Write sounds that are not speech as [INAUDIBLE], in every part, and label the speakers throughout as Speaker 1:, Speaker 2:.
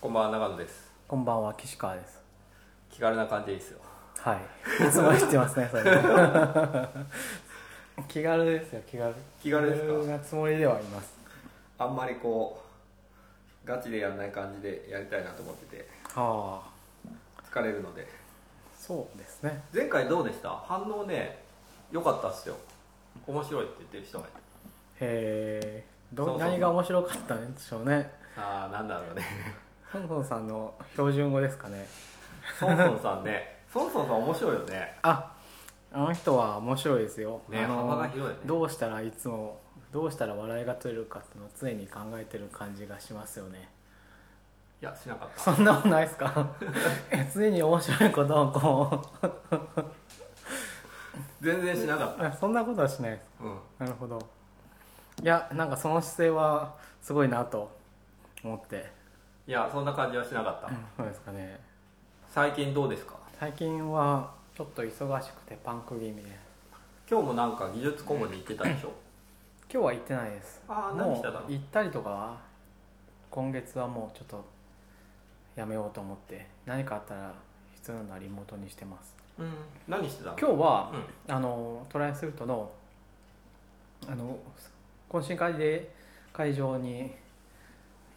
Speaker 1: こんばんは長野です
Speaker 2: こんばんは岸川です
Speaker 1: 気軽な感じでいいですよ
Speaker 2: はいいつも言ってますね
Speaker 1: [LAUGHS]
Speaker 2: それ気軽ですよ気軽
Speaker 1: 気軽ですか
Speaker 2: 気なつもりではいます
Speaker 1: あんまりこうガチでやらない感じでやりたいなと思ってて
Speaker 2: はあ
Speaker 1: 疲れるので
Speaker 2: そうですね
Speaker 1: 前回どうでした反応ね良かったっすよ面白いって言ってる人がいて
Speaker 2: へえど
Speaker 1: そうそう
Speaker 2: 何が面白かったんでしょうね
Speaker 1: ああなんだ [LAUGHS] ろうね
Speaker 2: ソンソンさんの標準語ですかね
Speaker 1: ソンソンさんねソンソンさん面白いよね
Speaker 2: ああの人は面白いですよ、
Speaker 1: ね
Speaker 2: あの
Speaker 1: 幅が広いね
Speaker 2: どうしたらいつもどうしたら笑いが取れるかっていうのを常に考えてる感じがしますよね
Speaker 1: いやしなかった
Speaker 2: そんなことないで
Speaker 1: [LAUGHS]
Speaker 2: すかえ常に面白いことをこ
Speaker 1: 全然しなかっ
Speaker 2: うそんなことはしないです
Speaker 1: たうん
Speaker 2: なるほどいやなんかその姿勢はすごいなと思って、
Speaker 1: いやそんな感じはしなかった、
Speaker 2: うんそうですかね
Speaker 1: 最近どうですか
Speaker 2: 最近はちょっと忙しくてパンク気味で
Speaker 1: 今日もなんか技術顧問に行ってたでしょ
Speaker 2: 今日は行ってないです
Speaker 1: あー何
Speaker 2: も
Speaker 1: してたの
Speaker 2: う行ったりとかは今月はもうちょっとやめようと思って何かあったら必要なのはリモートにしてます
Speaker 1: うん何してたの
Speaker 2: 今日は、
Speaker 1: うん
Speaker 2: あのトライアスルートのあの懇親会で会場に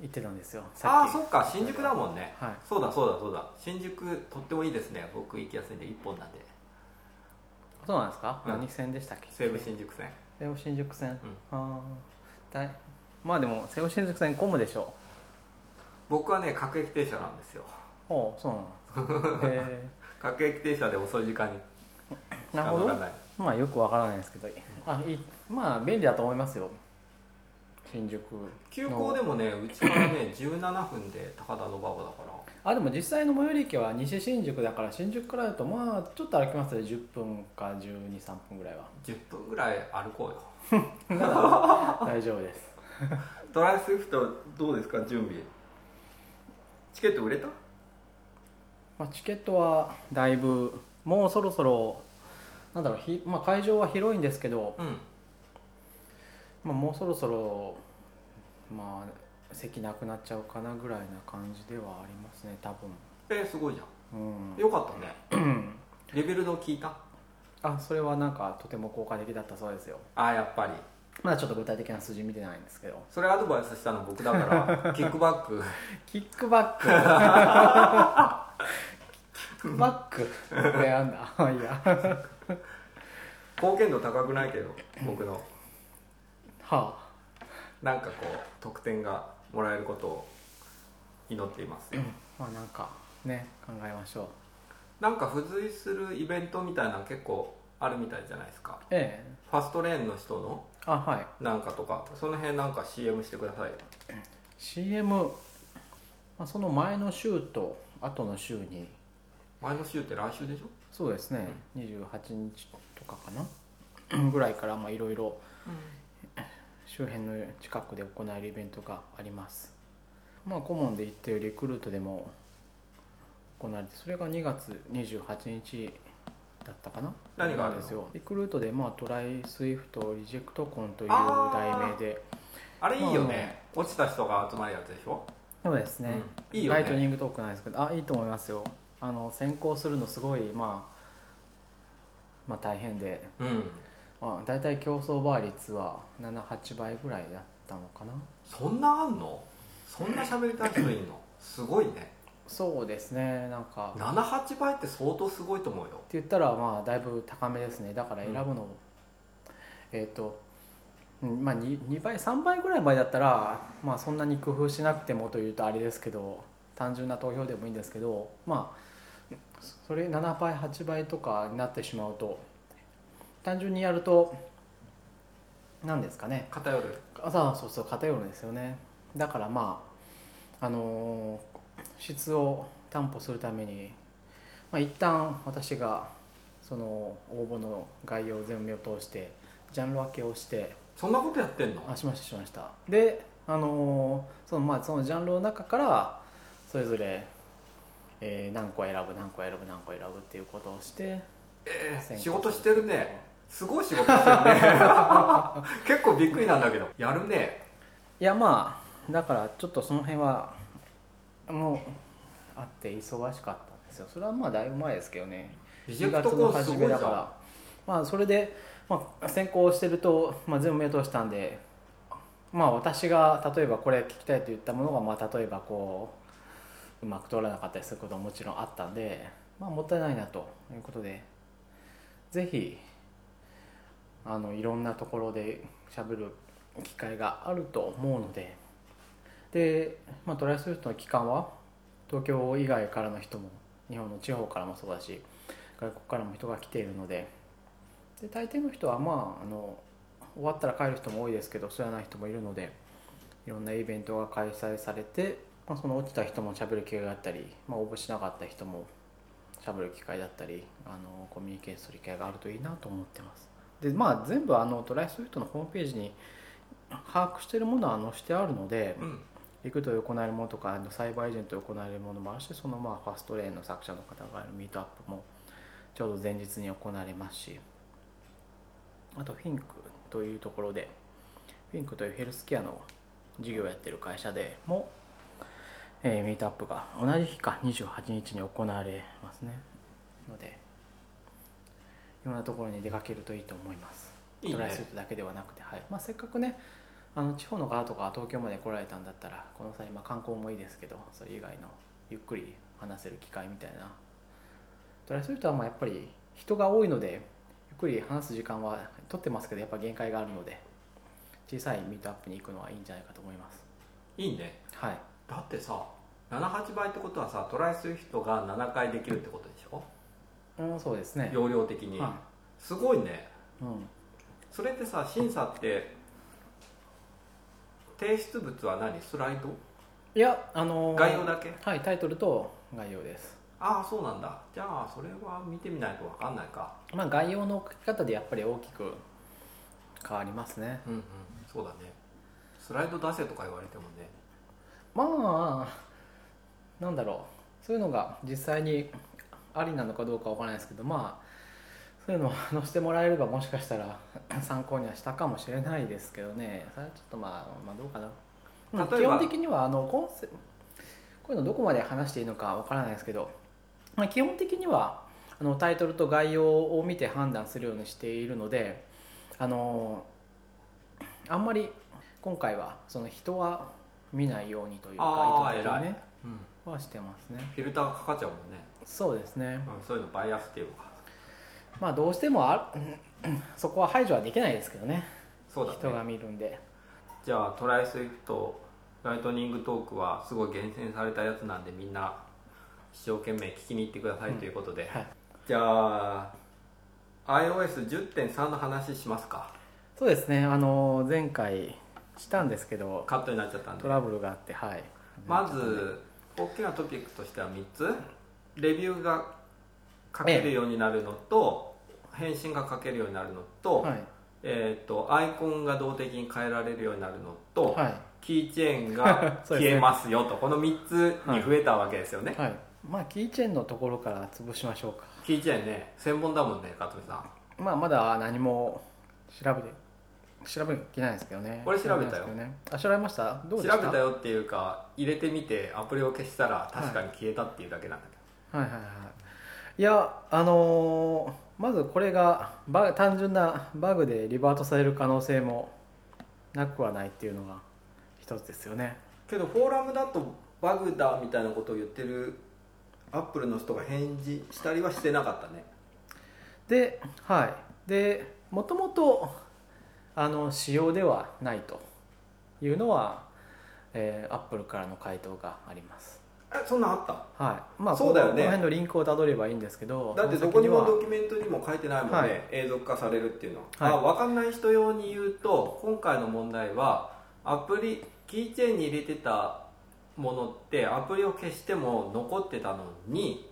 Speaker 2: 行ってたんですよ
Speaker 1: あ
Speaker 2: さ
Speaker 1: あ
Speaker 2: っき
Speaker 1: そっか新宿だもんね
Speaker 2: はい
Speaker 1: そうだそうだそうだ新宿とってもいいですね僕行きやすいんで一本なんで
Speaker 2: そうなんですか、
Speaker 1: うん
Speaker 2: 何線でしたっけ
Speaker 1: 西武新宿線
Speaker 2: 西武新宿線、ああだいまあでも西武新宿線混むでしょ
Speaker 1: 僕はね各駅停車なんですよ [LAUGHS]
Speaker 2: うおうそうなんですかへ
Speaker 1: 各駅停車で遅い時間に [LAUGHS]
Speaker 2: えなるほど
Speaker 1: あ乗らない
Speaker 2: まあよくわからないですけどあいいまあ便利だと思いますよ新宿の
Speaker 1: 急行でもねうちから [COUGHS] ね17分で高田馬場だから
Speaker 2: あでも実際の最寄り駅は西新宿だから新宿からだとまあちょっと歩きますね10分か1 2 3分ぐらいは
Speaker 1: 10分ぐらい歩こう [LAUGHS] よ
Speaker 2: 大丈夫です
Speaker 1: トライアスイフトどうですか準備チケット売れた
Speaker 2: まあ、チケットはだいぶもうそろそろなんだろうひ、まあ、会場は広いんですけど、
Speaker 1: うん
Speaker 2: まあ、もうそろそろまあ席なくなっちゃうかなぐらいな感じではありますね多
Speaker 1: えーすごいじゃ
Speaker 2: 分うん
Speaker 1: んよかったね [COUGHS] レベルド聞いた
Speaker 2: あそれはなんかとても効果的だったそうですよ
Speaker 1: ああやっぱり
Speaker 2: まだちょっと具体的な数字見てないんですけど
Speaker 1: それアドバイスしたの僕だから [LAUGHS] キックバック
Speaker 2: キックバックキックバックこれあんだまあいいやは
Speaker 1: 貢献度高くないけど僕の
Speaker 2: あ
Speaker 1: なんかこう得点がもらえることを祈っていますよ、
Speaker 2: まあなんかね考えましょう
Speaker 1: なんか付随するイベントみたいなの結構あるみたいじゃないですか
Speaker 2: ええ
Speaker 1: ファストレーンの人の
Speaker 2: あはい
Speaker 1: なんかとかその辺なんか CM してくださいよ
Speaker 2: CM、まあ、その前の週と後の週に
Speaker 1: 前の週って来週でしょ
Speaker 2: そうですね28日とかかなぐらいからまあいろいろ周辺の近くで行えるイベントがありますまあ顧問で行っているリクルートでも行われてそれが2月28日だったかな
Speaker 1: 何があるの
Speaker 2: なんですよリクルートでまあトライスイフトリジェクトコンという
Speaker 1: あー
Speaker 2: 題名で
Speaker 1: あれいいよね、落ちた人が集まるやつでしょ
Speaker 2: そうですね、
Speaker 1: うんいいよね
Speaker 2: ライトニングトークなんですけどあいいと思いますよあの先行するのすごいまあまあ大変で、
Speaker 1: うん
Speaker 2: まあ、大体競争倍率は78倍ぐらいだったのかな
Speaker 1: そんなあんのそんな喋りたい人いんのすごいね
Speaker 2: そうですねなんかって
Speaker 1: 78倍って相当すごいと思うよ
Speaker 2: 言ったらまあだいぶ高めですねだから選ぶの、えっ、とうんまあ 2, 2倍3倍ぐらい前だったらまあそんなに工夫しなくてもというとあれですけど単純な投票でもいいんですけどまあそれ7倍8倍とかになってしまうと単純にやると何ですかね
Speaker 1: 偏る
Speaker 2: あそうそうそう偏るんですよねだからまああのー質を担保するために、まあ、一旦私がその応募の概要を全面を通してジャンル分けをして
Speaker 1: そんなことやってんの
Speaker 2: あしましたしましたであのーそのまあそのジャンルの中からそれぞれ、えー何個選ぶ何個選ぶ何個選ぶっていうことをして
Speaker 1: えー
Speaker 2: 選考
Speaker 1: 仕事してるねすごい仕事してる
Speaker 2: [LAUGHS]
Speaker 1: ね結構びっくりなんだけどやるね
Speaker 2: いやまあだからちょっとその辺はもあって忙しかったんですよそれはまあだいぶ前ですけどね
Speaker 1: リジ
Speaker 2: 1
Speaker 1: ェクト
Speaker 2: 月
Speaker 1: コ
Speaker 2: の
Speaker 1: ースす
Speaker 2: 初
Speaker 1: ご
Speaker 2: め
Speaker 1: いじゃ
Speaker 2: だ
Speaker 1: ん
Speaker 2: からまあそれで、まあ、先行してると、まあ、全部目通したんでまあ私が例えばこれ聞きたいと言ったものが、まあ、例えばこううまく通らなかったりすることももちろんあったんで、まあ、もったいないなということでぜひあのいろんなところで喋る機会があると思うのでで、まあ、トライアスルートの期間は東京以外からの人も日本の地方からもそうだし外国からも人が来ているのでで大抵の人はまああの終わったら帰る人も多いですけどそうじゃない人もいるのでいろんなイベントが開催されて、まあ、その落ちた人もしゃべる機会があったり、まあ、応募しなかった人もしゃべる機会だったりあのコミュニケーションする機会があるといいなと思ってます。でまあ、全部あのトライアスルートのホームページに把握しているものは載してあるので、
Speaker 1: ん
Speaker 2: 行くと行えるものとかあのサイバーエージェントで行えるものもあるしそのまあファストレーンの作者の方がやるミートアップもちょうど前日に行われますしあとフィンクというところでフィンクというヘルスケアの事業をやってる会社でも、えーミートアップが同じ日か28日に行われますねのでいろんなところに出かけるといいと思います
Speaker 1: いいね
Speaker 2: トライアスルートだけではなくて、はいまあ、せっかくねあの地方の方とか東京まで来られたんだったらこの際、まあ、観光もいいですけどそれ以外のゆっくり話せる機会みたいなトライアスルートはまあやっぱり人が多いのでゆっくり話す時間は取ってますけどやっぱ限界があるので小さいミートアップに行くのはいいんじゃないかと思います
Speaker 1: いいね
Speaker 2: はい
Speaker 1: だってさ78倍ってことはさトライする人が7回できるってことでしょ
Speaker 2: うんそうですね
Speaker 1: 容量的に、
Speaker 2: は
Speaker 1: すごいね
Speaker 2: いうん、
Speaker 1: それってさ審査って提出物は何スライド
Speaker 2: いやあのー
Speaker 1: 概要だけ
Speaker 2: はいタイトルと概要です
Speaker 1: ああそうなんだじゃあそれは見てみないと分かんないか
Speaker 2: まあ概要の書き方でやっぱり大きく変わりますね
Speaker 1: うんうんそうだねスライド出せとか言われてもね
Speaker 2: まあなんだろうそういうのが実際にありなのかどうかわからないですけどまあそういうのを載せてもらえればもしかしたら [COUGHS] 参考にはしたかもしれないですけどねそれはちょっとまあ、まあ、どうかなうん
Speaker 1: 例えば
Speaker 2: 基本的にはあのコンセこういうのどこまで話していいのかわからないですけど、まあ、基本的にはあのタイトルと概要を見て判断するようにしているのであのあんまり今回はその人は見ないようにという
Speaker 1: あ
Speaker 2: か
Speaker 1: ー
Speaker 2: 意図的に
Speaker 1: 偉
Speaker 2: ね
Speaker 1: うん
Speaker 2: はしてますね
Speaker 1: フィルターがかかっちゃうもんね、
Speaker 2: そうですね
Speaker 1: うん、そういうのバイアスっていうか
Speaker 2: まあどうしてもあそこは排除はできないですけどね
Speaker 1: そうだね
Speaker 2: 人が見るんで
Speaker 1: じゃあトライスイフトライトニングトークはすごい厳選されたやつなんでみんな一生懸命聞きに行ってくださいということで、
Speaker 2: はい
Speaker 1: じゃあ iOS10.3 の話しますか
Speaker 2: そうですねあの前回したんですけど
Speaker 1: カットになっちゃったんで
Speaker 2: トラブルがあってはい
Speaker 1: まず大きなトピックとしては3つレビューが書けるようになるのと、返信が書けるようになるのと,、
Speaker 2: はい
Speaker 1: えー、とアイコンが動的に変えられるようになるのと、
Speaker 2: は
Speaker 1: キーチェーンが
Speaker 2: [LAUGHS] そ
Speaker 1: 消
Speaker 2: うですね
Speaker 1: えますよとこの3つに増えたわけですよね、
Speaker 2: い、はい、まあキーチェーンのところから潰しましょうか
Speaker 1: キーチェーンね1000本だもんね勝美さん
Speaker 2: まあまだ何も調べて調べてきないですけどね
Speaker 1: 俺調べたよ
Speaker 2: 調べてないですけどねあ調べましたどうでした
Speaker 1: 調べたよっていうか入れてみてアプリを消したら確かに消えたっていうだけなんだ
Speaker 2: はいはいはいいやあのーまずこれがバグ単純なバグでリバートされる可能性もなくはないっていうのが一つですよね
Speaker 1: けど,、けどフォーラムだとバグだみたいなことを言ってるアップルの人が返事したりはしてなかったね
Speaker 2: ではいでもともとあの仕様ではないというのは、えー、アップルからの回答があります
Speaker 1: えそんなんあった
Speaker 2: はいまあ
Speaker 1: そうだよね
Speaker 2: この辺のリンクをたどればいいんですけど
Speaker 1: だって
Speaker 2: そ
Speaker 1: ど
Speaker 2: の
Speaker 1: こ
Speaker 2: 先
Speaker 1: に
Speaker 2: は
Speaker 1: もドキュメントにも書いてないもんね、
Speaker 2: はい
Speaker 1: 永続化されるっていうの
Speaker 2: は
Speaker 1: は、
Speaker 2: い
Speaker 1: あ分かんない人用に言うと今回の問題はアプリキーチェーンに入れてたものってアプリを消しても残ってたのに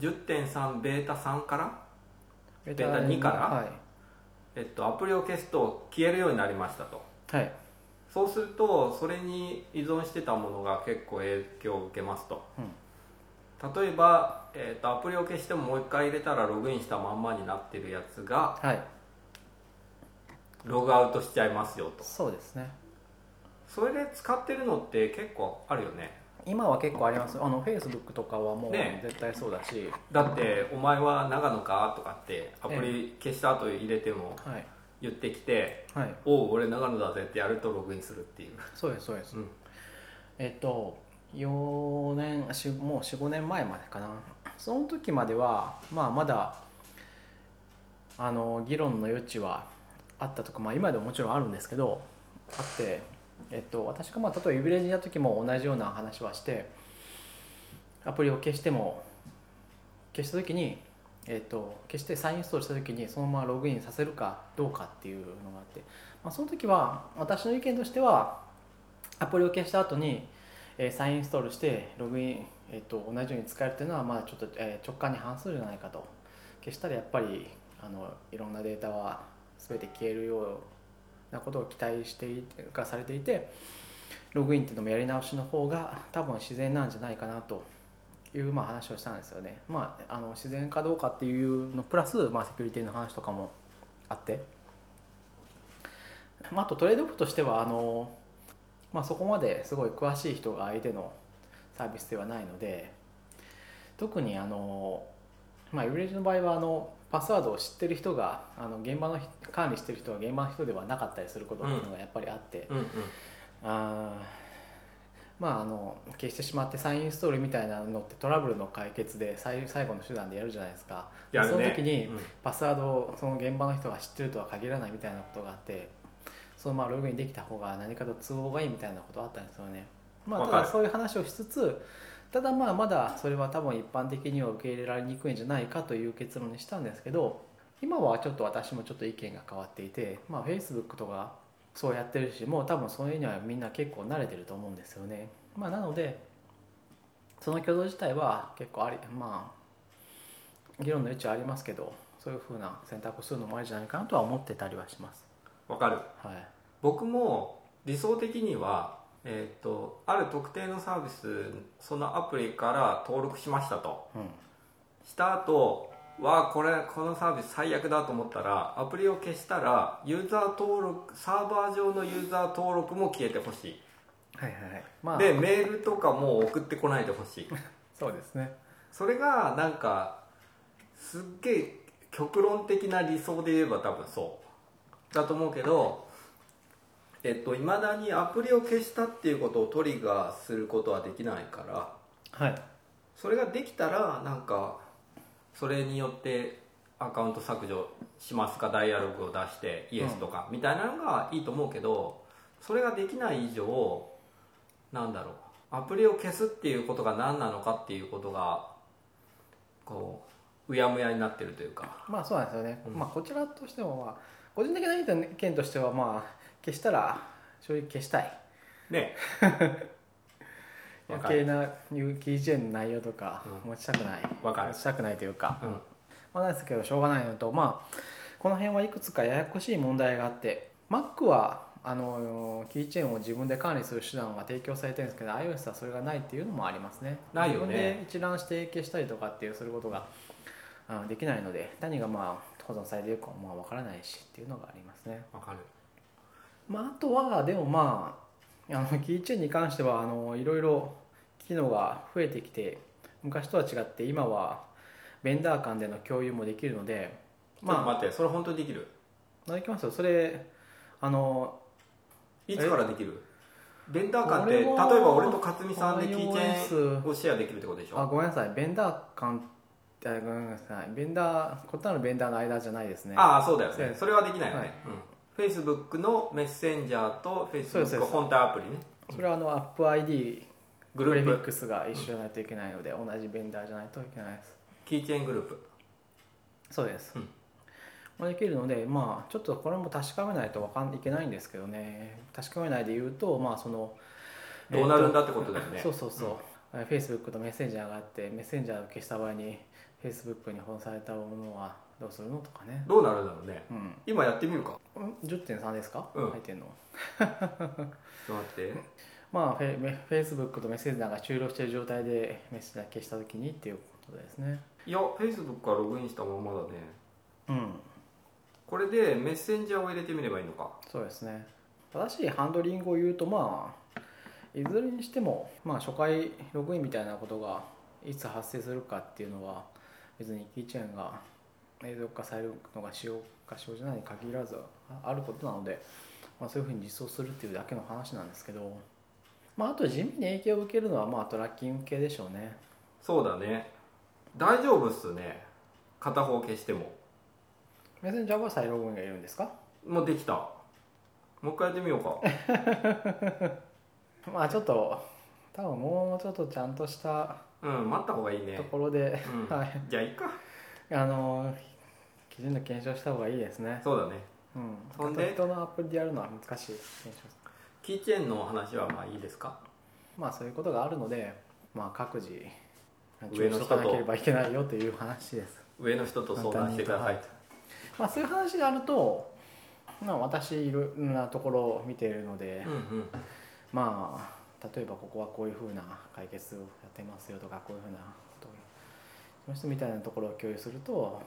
Speaker 1: 10.3ベータ3から、
Speaker 2: ベ
Speaker 1: ベータ2から
Speaker 2: は
Speaker 1: えっと、アプリを消すと消えるようになりましたと
Speaker 2: い、はい、
Speaker 1: そうするとそれに依存してたものが結構影響を受けますと
Speaker 2: うん
Speaker 1: 例えば、えっと、アプリを消してももう一回入れたらログインしたまんまになってるやつが
Speaker 2: はい
Speaker 1: ログアウトしちゃいますよと
Speaker 2: そうですね
Speaker 1: それで使ってるのって結構あるよね
Speaker 2: 今は結構ありますあのフェイスブックとかはもう
Speaker 1: ね
Speaker 2: 絶対そうだし、
Speaker 1: だって「お前は長野か?」とかってアプリ消した後入れても
Speaker 2: はい
Speaker 1: 言ってきて
Speaker 2: はい
Speaker 1: 「おう俺長野だぜ」ってやるとログインするっていう、
Speaker 2: そうですそうです、
Speaker 1: うん
Speaker 2: えっと4年しもう45年前までかなその時までは、まあ、まだあの議論の余地はあったとか、まあ、今でももちろんあるんですけどあって、えっと、私が、まあ、例えばイブレジの時も同じような話はしてアプリを消しても消した時に、えっと、消して再インストールした時にそのままログインさせるかどうかっていうのがあって、まあ、その時は私の意見としてはアプリを消した後に、えー再インストールしてログイン、えっと同じように使えるというのはまあちょっと、えー直感に反するんじゃないかと消したらやっぱりあのいろんなデータは全て消えるようなことを期待していてがされていてログインっていうのもやり直しの方が多分自然なんじゃないかなというまあ話をしたんですよね、まあ、あの自然かどうかっていうのプラス、まあ、セキュリティの話とかもあって、まあ、あとトレードオフとしてはあのまあ、そこまですごい詳しい人が相手のサービスではないので特にあの、まあ、イブレージの場合はあのパスワードを知ってる人があの現場の人管理してる人が現場の人ではなかったりすることっていうのがやっぱりあって、
Speaker 1: うんうん、
Speaker 2: あーまああの消してしまって再インストールみたいなのってトラブルの解決で最最後の手段でやるじゃないですか
Speaker 1: やるね
Speaker 2: その時に
Speaker 1: うん
Speaker 2: パスワードをその現場の人が知ってるとは限らないみたいなことがあってそのまあログインできた方が何かと都合がいいみたいなことあったんですよね、まあ、
Speaker 1: わ
Speaker 2: た
Speaker 1: かる
Speaker 2: だそういう話をしつつただまあまだそれは多分一般的には受け入れられにくいんじゃないかという結論にしたんですけど今はちょっと私もちょっと意見が変わっていて、まあ、Facebook とかそうやってるしもう多分そういうにはみんな結構慣れてると思うんですよね、まあ、なのでその挙動自体は結構ありまあ議論の余地はありますけどそういうふうな選択をするのもありじゃないかなとは思ってたりはします
Speaker 1: わかる
Speaker 2: はい
Speaker 1: 僕も理想的には、えー、とある特定のサービスそのアプリから登録しましたと
Speaker 2: うん
Speaker 1: した後わあこれこのサービス最悪だと思ったらアプリを消したらユーザー登録サーバー上のユーザー登録も消えてほしい
Speaker 2: はいはいはいまあ
Speaker 1: でメールとかも送ってこないでほしい
Speaker 2: そうですね
Speaker 1: それがなんかすっげえ極論的な理想で言えば多分そうだと思うけどえっといまだにアプリを消したっていうことをトリガーすることはできないから
Speaker 2: はい
Speaker 1: それができたらなんかそれによってアカウント削除しますかダイアログを出してイエスとかみたいなのがいいと思うけどそれができない以上なんだろうアプリを消すっていうことが何なのかっていうことがこううやむやになってるというか
Speaker 2: まあそうなんですよね、
Speaker 1: うん
Speaker 2: まあこちらとしても、まあ、個人的な意見としてはまあ消したら正直消したい
Speaker 1: [LAUGHS] ねわ
Speaker 2: 余
Speaker 1: かる
Speaker 2: 計な有機 EJ の内容とか
Speaker 1: うん
Speaker 2: 持ちたくない、
Speaker 1: わかる
Speaker 2: 持ちたくないというか、
Speaker 1: うん
Speaker 2: まあなんですけどしょうがないのとまあこの辺はいくつかややこしい問題があって Mac はあのキーチェーンを自分で管理する手段が提供されてるんですけど iOS はそれがないっていうのもありますね
Speaker 1: ないよね
Speaker 2: 自分で一覧して消したりとかっていうすることが、うん、できないので何がまあ保存されているかもまあわからないしっていうのがありますね
Speaker 1: わかる
Speaker 2: まあ、あとはでもまああのキーチェーンに関してはあのいろいろ機能が増えてきて昔とは違って今はベンダー間での共有もできるので
Speaker 1: まあ
Speaker 2: ま
Speaker 1: 待ってそれ本当にできる
Speaker 2: あできますよそれあの
Speaker 1: いつからできるベンダー間って例え
Speaker 2: 俺は
Speaker 1: ば俺と勝美さんでキーチェー
Speaker 2: iOS
Speaker 1: ンをシェアできるってことでし
Speaker 2: あ
Speaker 1: ょ
Speaker 2: ごめんなさいベンダー間あごめんなさいベンダー異なるベンダーの間じゃないですね
Speaker 1: ああそうだよ
Speaker 2: そう
Speaker 1: ね
Speaker 2: です
Speaker 1: それはできないよね、
Speaker 2: はい
Speaker 1: うん Facebook のメッセンジャーと
Speaker 2: そうですそう
Speaker 1: Facebook
Speaker 2: です
Speaker 1: 本体アプリね
Speaker 2: それはあの AppID
Speaker 1: グ
Speaker 2: プレ
Speaker 1: ル
Speaker 2: フィ
Speaker 1: ー
Speaker 2: ッ
Speaker 1: プ
Speaker 2: クスが一緒じゃないといけないので同じベンダーじゃないといけないです
Speaker 1: キーチェーングループ
Speaker 2: そうです、
Speaker 1: うん
Speaker 2: まあできるのでまあちょっとこれも確かめないとわかんいけないんですけどね確かめないで言うとまあその
Speaker 1: どうなるんだってことだよね、
Speaker 2: そうそうそう、えー Facebook とメッセンジャーがあってメッセンジャーを消した場合に Facebook に保存されたものはどうするのとかね
Speaker 1: どうなるんだろうね
Speaker 2: うん
Speaker 1: 今やってみるか
Speaker 2: ん10.3ですか、
Speaker 1: うん
Speaker 2: 入ってんの
Speaker 1: ちょっと待って
Speaker 2: まあフェフェイスブックとメッセンジャーが終了している状態でメッセンジャー消した時にっていうことですね
Speaker 1: いや Facebook からログインしたままだね
Speaker 2: うん
Speaker 1: これでメッセンジャーを入れてみればいいのか
Speaker 2: そうですね正しいハンドリングを言うとまあいずれにしても、まあ、初回ログインみたいなことがいつ発生するかっていうのは別にキーチェーンが永続化されるのが使用か使用じゃないに限らずあることなので、まあ、そういうふうに実装するっていうだけの話なんですけど、まあ、あと地味に影響を受けるのはまあトラッキング系でしょうね
Speaker 1: そうだね大丈夫っすね片方消しても
Speaker 2: メッセンジャーは再ログインがいるんですか
Speaker 1: もうできたもう一回やってみようか
Speaker 2: まあちょっと多分もうちょっとちゃんとした
Speaker 1: うん待った方がいいね
Speaker 2: [LAUGHS] ところで、
Speaker 1: うん
Speaker 2: はい
Speaker 1: じゃあいいか
Speaker 2: あのきちんと検証した方がいいですね
Speaker 1: そうだね
Speaker 2: うん
Speaker 1: そんで
Speaker 2: 人のアプリでやるのは難しい検証
Speaker 1: キーチェーンの話はまあいいですか
Speaker 2: まあそういうことがあるのでまあ各自
Speaker 1: 上の人と
Speaker 2: 調査なければいけないよという話です
Speaker 1: 上の人と相談してくださいと
Speaker 2: まあそういう話があるとまあ私いろんなところを見ているので、
Speaker 1: うんうん
Speaker 2: まあ例えばここはこういうふうな解決をやってますよとかこういうふうなことをその人みたいなところを共有すると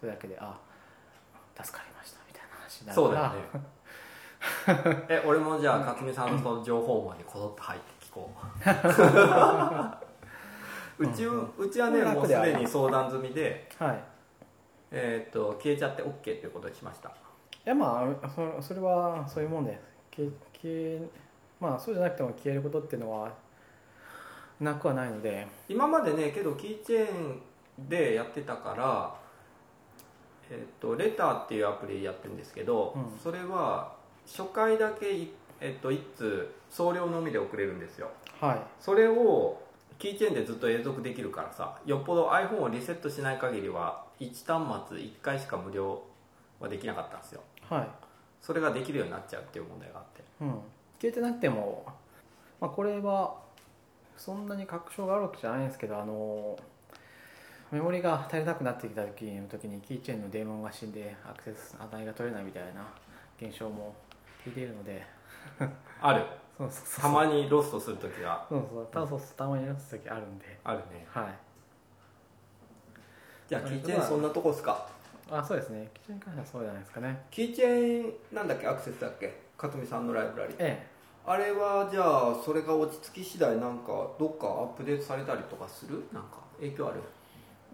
Speaker 2: それだけであ助かりましたみたいな話になる
Speaker 1: そう
Speaker 2: か
Speaker 1: だ
Speaker 2: ら
Speaker 1: よね [LAUGHS] え俺もじゃあ勝美さんのその情報網にこぞって入って聞こ [LAUGHS] ううちはうちはねもうすでに相談済みで
Speaker 2: はいい
Speaker 1: えーっと消えちゃって OK っていうことにしました
Speaker 2: やまあそそれはそういうもんで消え消えまあそうじゃなくても消えることっていうのはなくはないので
Speaker 1: 今までねけどキーチェーンでやってたから、えっとレターっていうアプリやってるんですけど、
Speaker 2: うん
Speaker 1: それは初回だけい、えっと一通送料のみで送れるんですよ
Speaker 2: はい
Speaker 1: それをキーチェーンでずっと永続できるからさよっぽど iPhone をリセットしない限りは1端末1回しか無料はできなかったんですよ
Speaker 2: はい
Speaker 1: それができるようになっちゃうっていう問題があって
Speaker 2: うん、消えてなくても、まあ、これはそんなに確証があるわけじゃないんですけどあのメモリが足りなくなってきた時の時にキーチェーンのデーモンが死んでアクセス値が取れないみたいな現象も聞いているので
Speaker 1: ある
Speaker 2: そうそうそう
Speaker 1: たまにロストする時が
Speaker 2: そうそうただそうそうたまにやす時あるんで
Speaker 1: あるね
Speaker 2: はい
Speaker 1: じゃあキーチェーンそんなとこっすか
Speaker 2: あそうですねキーチェーンに関してはそうじゃないですかね
Speaker 1: キーチェーンなんだっけアクセスだっけ勝美さんのライブラリ
Speaker 2: え
Speaker 1: あれはじゃあそれが落ち着き次第なんかどっかアップデートされたりとかするなんか影響ある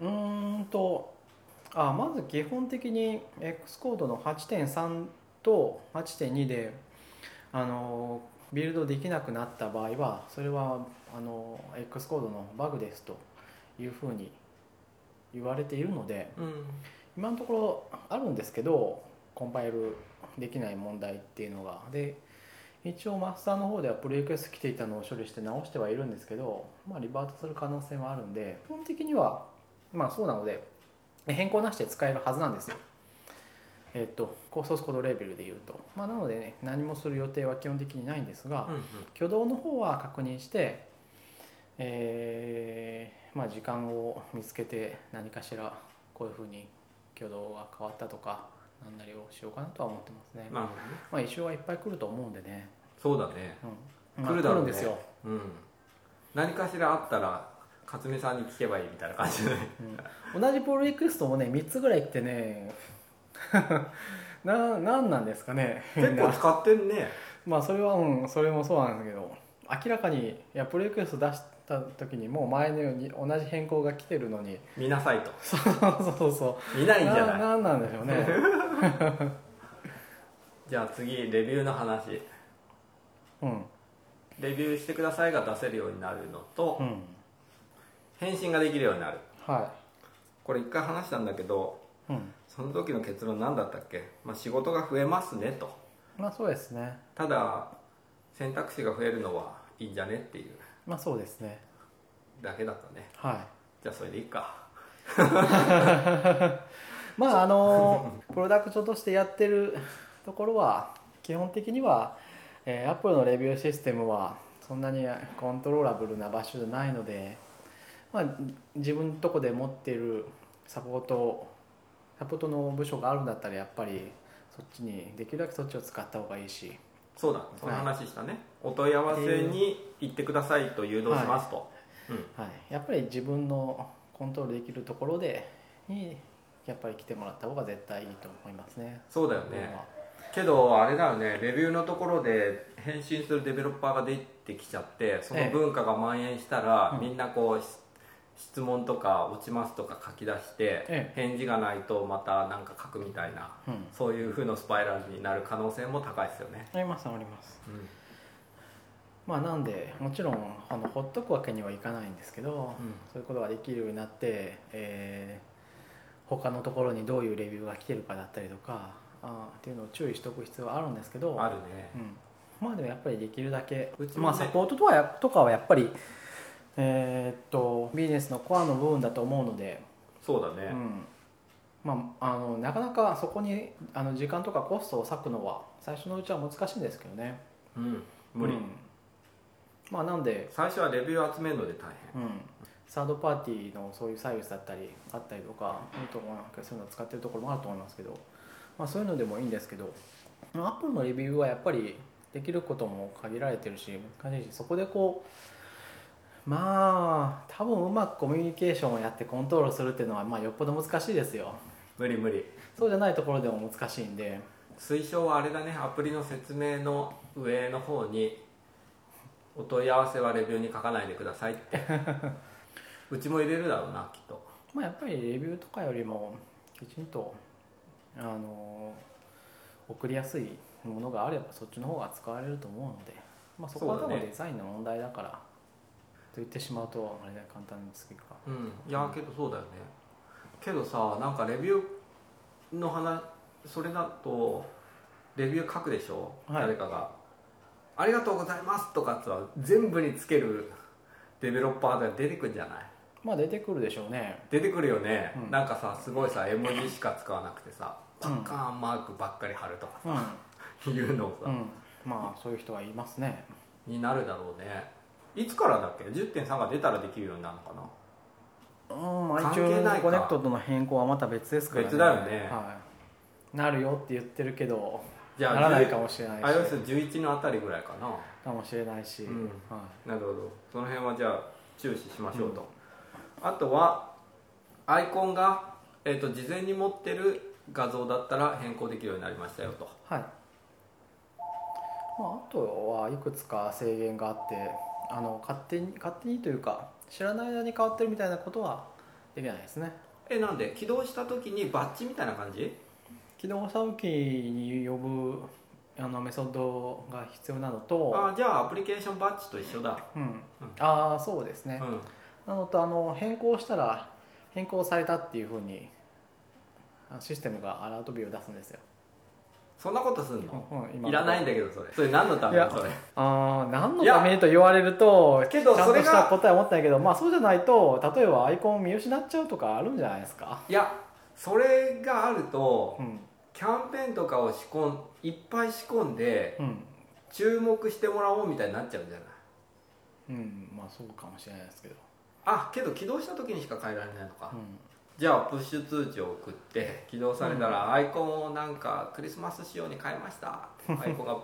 Speaker 2: えうーんとあまず基本的に X コードの8.3と8.2であのビルドできなくなった場合はそれはあの X コードのバグですというふうに言われているので
Speaker 1: うん
Speaker 2: 今のところあるんですけどコンパイルできない問題っていうのがで一応マスターの方ではプレイクエスト来ていたのを処理して直してはいるんですけど、まあ、リバートする可能性もあるんで基本的にはまあそうなので変更なしで使えるはずなんですよえっと高ソースコードレベルで言うとまあなのでね何もする予定は基本的にないんですが、
Speaker 1: うんうん
Speaker 2: 挙動の方は確認して、えーまあ、時間を見つけて何かしらこういうふうに挙動が変わったとかなんなりをしようかなとは思ってますね、ま
Speaker 1: なるほどね
Speaker 2: あ、一生はいっぱい来ると思うんでね、
Speaker 1: そうだね
Speaker 2: うんまあ
Speaker 1: 来るだろう
Speaker 2: 来るん
Speaker 1: ね
Speaker 2: ですよ、
Speaker 1: うん何かしらあったら勝美さんに聞けばいいみたいな感じで
Speaker 2: うん、同じポールリクエストもね3つぐらい来てね [LAUGHS] ななんなんですかねみ
Speaker 1: 結
Speaker 2: んな
Speaker 1: 構使ってんね
Speaker 2: まあそれはうんそれもそうなんですけど明らかにいやプロリクエスト出した時にもう前のように同じ変更が来てるのに
Speaker 1: 見なさいと
Speaker 2: そうそうそうそう
Speaker 1: 見ないんじゃ
Speaker 2: な
Speaker 1: ない
Speaker 2: なんなんでしょう
Speaker 1: [LAUGHS]
Speaker 2: ね
Speaker 1: じゃあ次レビューの話
Speaker 2: うん
Speaker 1: レビューしてくださいが出せるようになるのと
Speaker 2: うん
Speaker 1: 返信ができるようになる
Speaker 2: は
Speaker 1: これ一回話したんだけど
Speaker 2: いうん
Speaker 1: その時の結論何だったっけ、まあ、仕事が増えますねと
Speaker 2: まあそうですね
Speaker 1: ただ選択肢が増えるのはいいんじゃねっていう
Speaker 2: まあそうですね
Speaker 1: だけだったね
Speaker 2: は
Speaker 1: じゃあそれでいいか
Speaker 2: いまああのプロダクトとしてやってるところは基本的には、えー、アップルのレビューシステムはそんなにコントローラブルな場所じゃないので、まあ、自分のとこで持っているサポートサポートの部署があるんだったらやっぱりそっちにできるだけそっちを使った方がいいし
Speaker 1: そうだその話したね、お問い合わせに行ってくださいと誘導しますと、うん
Speaker 2: はい、やっぱり自分のコントロールできるところでにやっぱり来てもらった方が絶対いいと思いますね。
Speaker 1: そうだよ
Speaker 2: これ
Speaker 1: ね
Speaker 2: は
Speaker 1: けどあれだよねレビューのところで返信するデベロッパーが出てきちゃってその文化が蔓延したら、
Speaker 2: ええうん
Speaker 1: みんなこうし質問とか落ちますとか書き出して、
Speaker 2: え
Speaker 1: 返事がないとまた何か書くみたいな
Speaker 2: うん
Speaker 1: そういう風のスパイラルになる可能性も高いですよね、
Speaker 2: ありますあります
Speaker 1: うん
Speaker 2: まあなんでもちろんあのほっとくわけにはいかないんですけど、
Speaker 1: うん
Speaker 2: そういうことができるようになって、えー他のところにどういうレビューが来てるかだったりとかあーっていうのを注意しておく必要はあるんですけど
Speaker 1: あるね
Speaker 2: うん、まあでもやっぱりできるだけ、
Speaker 1: うちもね
Speaker 2: まあサポートとはやとかはやっぱりえーっとビジネスのコアの部分だと思うので、
Speaker 1: そうだ
Speaker 2: う
Speaker 1: ね、
Speaker 2: んまあ、あのなかなかそこにあの時間とかコストを割くのは最初のうちは難しいんですけどね
Speaker 1: うん無理、
Speaker 2: うんまあなんで、
Speaker 1: 最初はレビュー集めるので大
Speaker 2: うん、サードパーティーのそういうサービスだったりあったりとかいいと思うそういうのを使ってるところもあると思いますけど、まあ、そういうのでもいいんですけどアップルのレビューはやっぱりできることも限られてるし難しいしそこでこうまあ多分うまくコミュニケーションをやってコントロールするっていうのはまあよっぽど難しいですよ
Speaker 1: 変無理無理
Speaker 2: そうじゃないところでも難しいんで
Speaker 1: 推奨はあれだねアプリの説明の上の方にお問い合わせはレビューに書かないでくださいって
Speaker 2: [LAUGHS]
Speaker 1: うちも入れるだろうなきっと
Speaker 2: まあ、やっぱりレビューとかよりもきちんとあの送りやすいものがあればそっちの方が使われると思うので、まあ、そこは
Speaker 1: そ
Speaker 2: 多
Speaker 1: うだね
Speaker 2: 分デザインの問題だからと言ってしまうとあれだ簡単に次か
Speaker 1: うんいやけどそうだよねけどさなんかレビューの話それだとレビュー書くでしょ、
Speaker 2: はい
Speaker 1: 誰かが「ありがとうございます」とかっつは全部につけるデベロッパーで出てくんじゃない
Speaker 2: まあ出てくるでしょうね
Speaker 1: 出てくるよね、
Speaker 2: うん
Speaker 1: なんかさすごいさ絵文字しか使わなくてさパッカーンマークばっかり貼るとか
Speaker 2: うん、うん、
Speaker 1: いうのをさ、
Speaker 2: まあそういう人はいますね
Speaker 1: になるだろうねいつからだっけ10.3が出たらできるようになるのかな
Speaker 2: うん
Speaker 1: 関係
Speaker 2: iTunes
Speaker 1: ないか
Speaker 2: コネクトとの変更はまた別ですから
Speaker 1: 別だよね
Speaker 2: はい、なるよって言ってるけど
Speaker 1: じゃあ
Speaker 2: ならないかもしれないし
Speaker 1: iOS11 のあたりぐらいかな
Speaker 2: かもしれないし、
Speaker 1: うん
Speaker 2: はい
Speaker 1: なるほどその辺はじゃあ注視しましょうと、あとはアイコンが、えー、と事前に持ってる画像だったら変更できるようになりましたよと
Speaker 2: はい、まあ、あとはいくつか制限があってあの勝手に勝手にというか知らない間に変わってるみたいなことはできないですね
Speaker 1: えなんで起動した時にバッジみたいな感じ
Speaker 2: 起動した時に呼ぶあのメソッドが必要なのと、
Speaker 1: あじゃあアプリケーションバッジと一緒だ、
Speaker 2: うん、ああそうです
Speaker 1: う
Speaker 2: ね、
Speaker 1: ん、
Speaker 2: なのとあの変更したら変更されたっていうふうにあシステムがアラートビューを出すんですよ、
Speaker 1: そんなことすんの、
Speaker 2: うんうん今
Speaker 1: いらないんだけどそれそれ何のため
Speaker 2: い
Speaker 1: の
Speaker 2: や
Speaker 1: それ
Speaker 2: あー何のためにと言われると
Speaker 1: けど
Speaker 2: ちゃん
Speaker 1: そ
Speaker 2: と
Speaker 1: れ
Speaker 2: し
Speaker 1: が
Speaker 2: た答えを持ってないけどまあそうじゃないと例えばアイコンを見失っちゃうとかあるんじゃないですか、
Speaker 1: いやそれがあると
Speaker 2: うん
Speaker 1: キャンペーンとかを仕込んいっぱい仕込んで
Speaker 2: うん
Speaker 1: 注目してもらおうみたいになっちゃうんじゃない
Speaker 2: うん、まあそうかもしれないですけど、
Speaker 1: あけど起動した時にしか変えられないのか、
Speaker 2: うん
Speaker 1: じゃあプッシュ通知を送って起動されたらアイコンをなんかクリスマス仕様に変えましたアイコンが